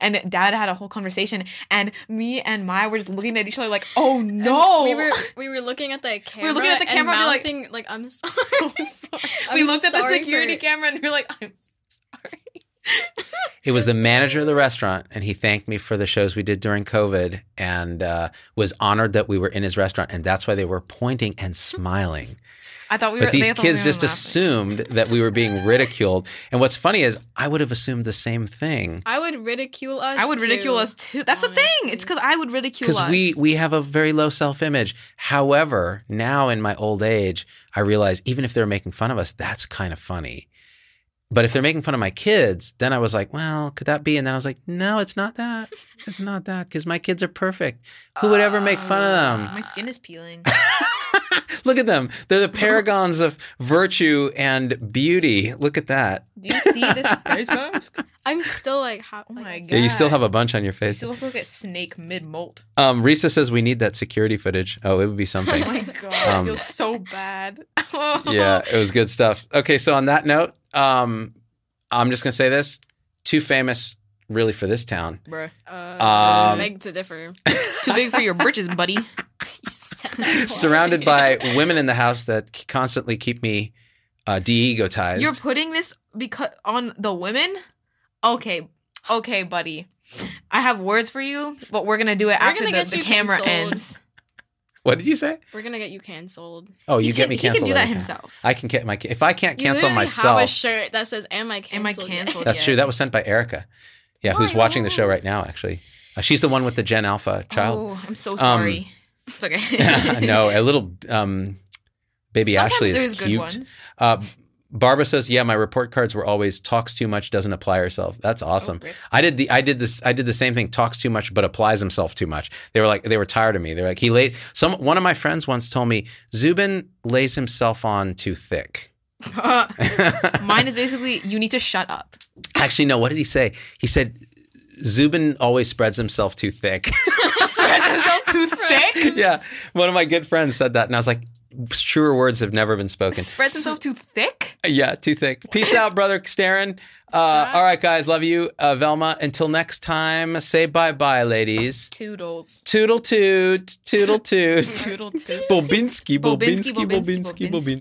Speaker 3: And Dad had a whole conversation, and me and Maya were just looking at each other like, "Oh
Speaker 2: And
Speaker 3: no!" (laughs)
Speaker 2: we were we were looking at the camera.
Speaker 3: were looking at the camera and
Speaker 2: and
Speaker 3: we're like-
Speaker 2: mouthing,
Speaker 3: (laughs)
Speaker 2: like, I'm sorry.
Speaker 3: I'm sorry. we
Speaker 2: (laughs) I'm
Speaker 3: looked at the
Speaker 2: sorry
Speaker 3: security
Speaker 2: for-
Speaker 3: camera and we were like, I'm so sorry.
Speaker 1: It was the manager of the restaurant, and he thanked me for the shows we did during COVID and uh, was honored that we were in his restaurant. And that's why they were pointing and smiling.
Speaker 3: I thought we were.
Speaker 1: But
Speaker 3: they
Speaker 1: these
Speaker 3: thought we
Speaker 1: kids
Speaker 3: were
Speaker 1: just
Speaker 3: laughing.
Speaker 1: assumed that we were being ridiculed. And what's funny is I would have assumed the same thing
Speaker 2: I would ridicule us.
Speaker 3: I would ridicule
Speaker 2: too.
Speaker 3: us too. That's the thing. It's
Speaker 2: honestly.
Speaker 3: because I would ridicule
Speaker 1: because
Speaker 3: us.
Speaker 1: we we have a very low self image. However, now in my old age, I realize even if they're making fun of us, that's kind of funny. But if they're making fun of my kids, then I was like, well, could that be? And then I was like, no, it's not that. It's not that because my kids are perfect. Who would ever make fun of them?
Speaker 3: My skin is (laughs) peeling.
Speaker 1: (laughs) Look at them.
Speaker 3: (laughs)
Speaker 1: They're the paragons of virtue and beauty. Look at that.
Speaker 3: Do you see (laughs) this face
Speaker 1: (laughs)
Speaker 3: mask?
Speaker 2: I'm still like, how,
Speaker 3: Oh
Speaker 2: like,
Speaker 3: my
Speaker 1: Yeah, you still
Speaker 3: God.
Speaker 1: have a bunch on your
Speaker 3: You
Speaker 1: face.
Speaker 3: still look like a snake mid molt.
Speaker 1: Um, Risa says we need that security footage. Oh, it would be something.
Speaker 3: (laughs) (laughs) Oh my god,
Speaker 1: Um,
Speaker 3: I feel so (laughs) bad.
Speaker 1: yeah, it was good stuff. Okay, so on that note, um, I'm just gonna say this: too famous, really, for
Speaker 3: (laughs)
Speaker 1: this town.
Speaker 3: Bruh.
Speaker 2: Uh,
Speaker 1: Um,
Speaker 2: beg to differ. (laughs)
Speaker 3: Too big for your britches,
Speaker 1: (laughs)
Speaker 3: buddy.
Speaker 2: You said that
Speaker 1: Surrounded
Speaker 2: twice.
Speaker 1: by women in the house that c- constantly keep me uh, de-egotized.
Speaker 3: You're putting this because on the women? Okay. Okay, buddy. I have words for you, but we're gonna do it
Speaker 2: We're
Speaker 3: after
Speaker 2: gonna
Speaker 3: the,
Speaker 2: get
Speaker 3: the
Speaker 2: you
Speaker 3: camera
Speaker 2: canceled.
Speaker 3: ends.
Speaker 1: what did you say?
Speaker 2: (laughs) We're gonna get you canceled.
Speaker 1: Oh,
Speaker 3: He
Speaker 1: you get
Speaker 3: can-
Speaker 1: me
Speaker 3: He can
Speaker 1: canceled.
Speaker 3: do that
Speaker 1: every time.
Speaker 3: himself.
Speaker 1: I can get my if I can't
Speaker 2: You
Speaker 1: cancel
Speaker 2: literally
Speaker 1: myself.
Speaker 2: have a shirt that says "Am I
Speaker 3: Am I
Speaker 2: canceled?" (laughs)
Speaker 3: canceled?
Speaker 1: that's
Speaker 3: yet.
Speaker 1: true. That was sent by Erica. Yeah, who's
Speaker 3: Oh,
Speaker 2: My
Speaker 1: watching the show
Speaker 2: God.
Speaker 1: right now? Actually, uh, she's the one with the Gen Alpha child. Um,
Speaker 3: Oh, I'm so sorry. it's
Speaker 1: (laughs)
Speaker 3: okay. (laughs)
Speaker 1: no, a little um, baby
Speaker 3: Sometimes
Speaker 1: Ashley
Speaker 3: there's
Speaker 1: is
Speaker 3: good
Speaker 1: cute.
Speaker 3: ones.
Speaker 1: Uh, Barbara says, "Yeah, my report cards were always talks too much, doesn't apply herself." That's awesome.
Speaker 3: Oh, rip.
Speaker 1: I did the I did this I did the same thing. Talks too much, but applies himself too much. They were like they were tired of me. They're like he laid some one of my friends once told me Zubin lays himself on too thick.
Speaker 3: (laughs) Mine is basically you need to shut up. (laughs)
Speaker 1: Actually, no. What did he say? He said Zubin always spreads himself too thick. (laughs)
Speaker 3: Stretch yourself too thick.
Speaker 1: yeah, one of my good friends said that, and I was like, truer words have never been spoken.
Speaker 3: Spreads himself too thick.
Speaker 1: Yeah, too thick. Peace out, brother Starin. Uh, all right, guys. Love you, uh, Velma. Until next time, say bye bye, ladies.
Speaker 3: Toodles.
Speaker 1: Toodle toot, toodle toot.
Speaker 3: (laughs) Toodle toot.
Speaker 1: Bobinski,
Speaker 3: Bobinski, Bobinski, Bobinski.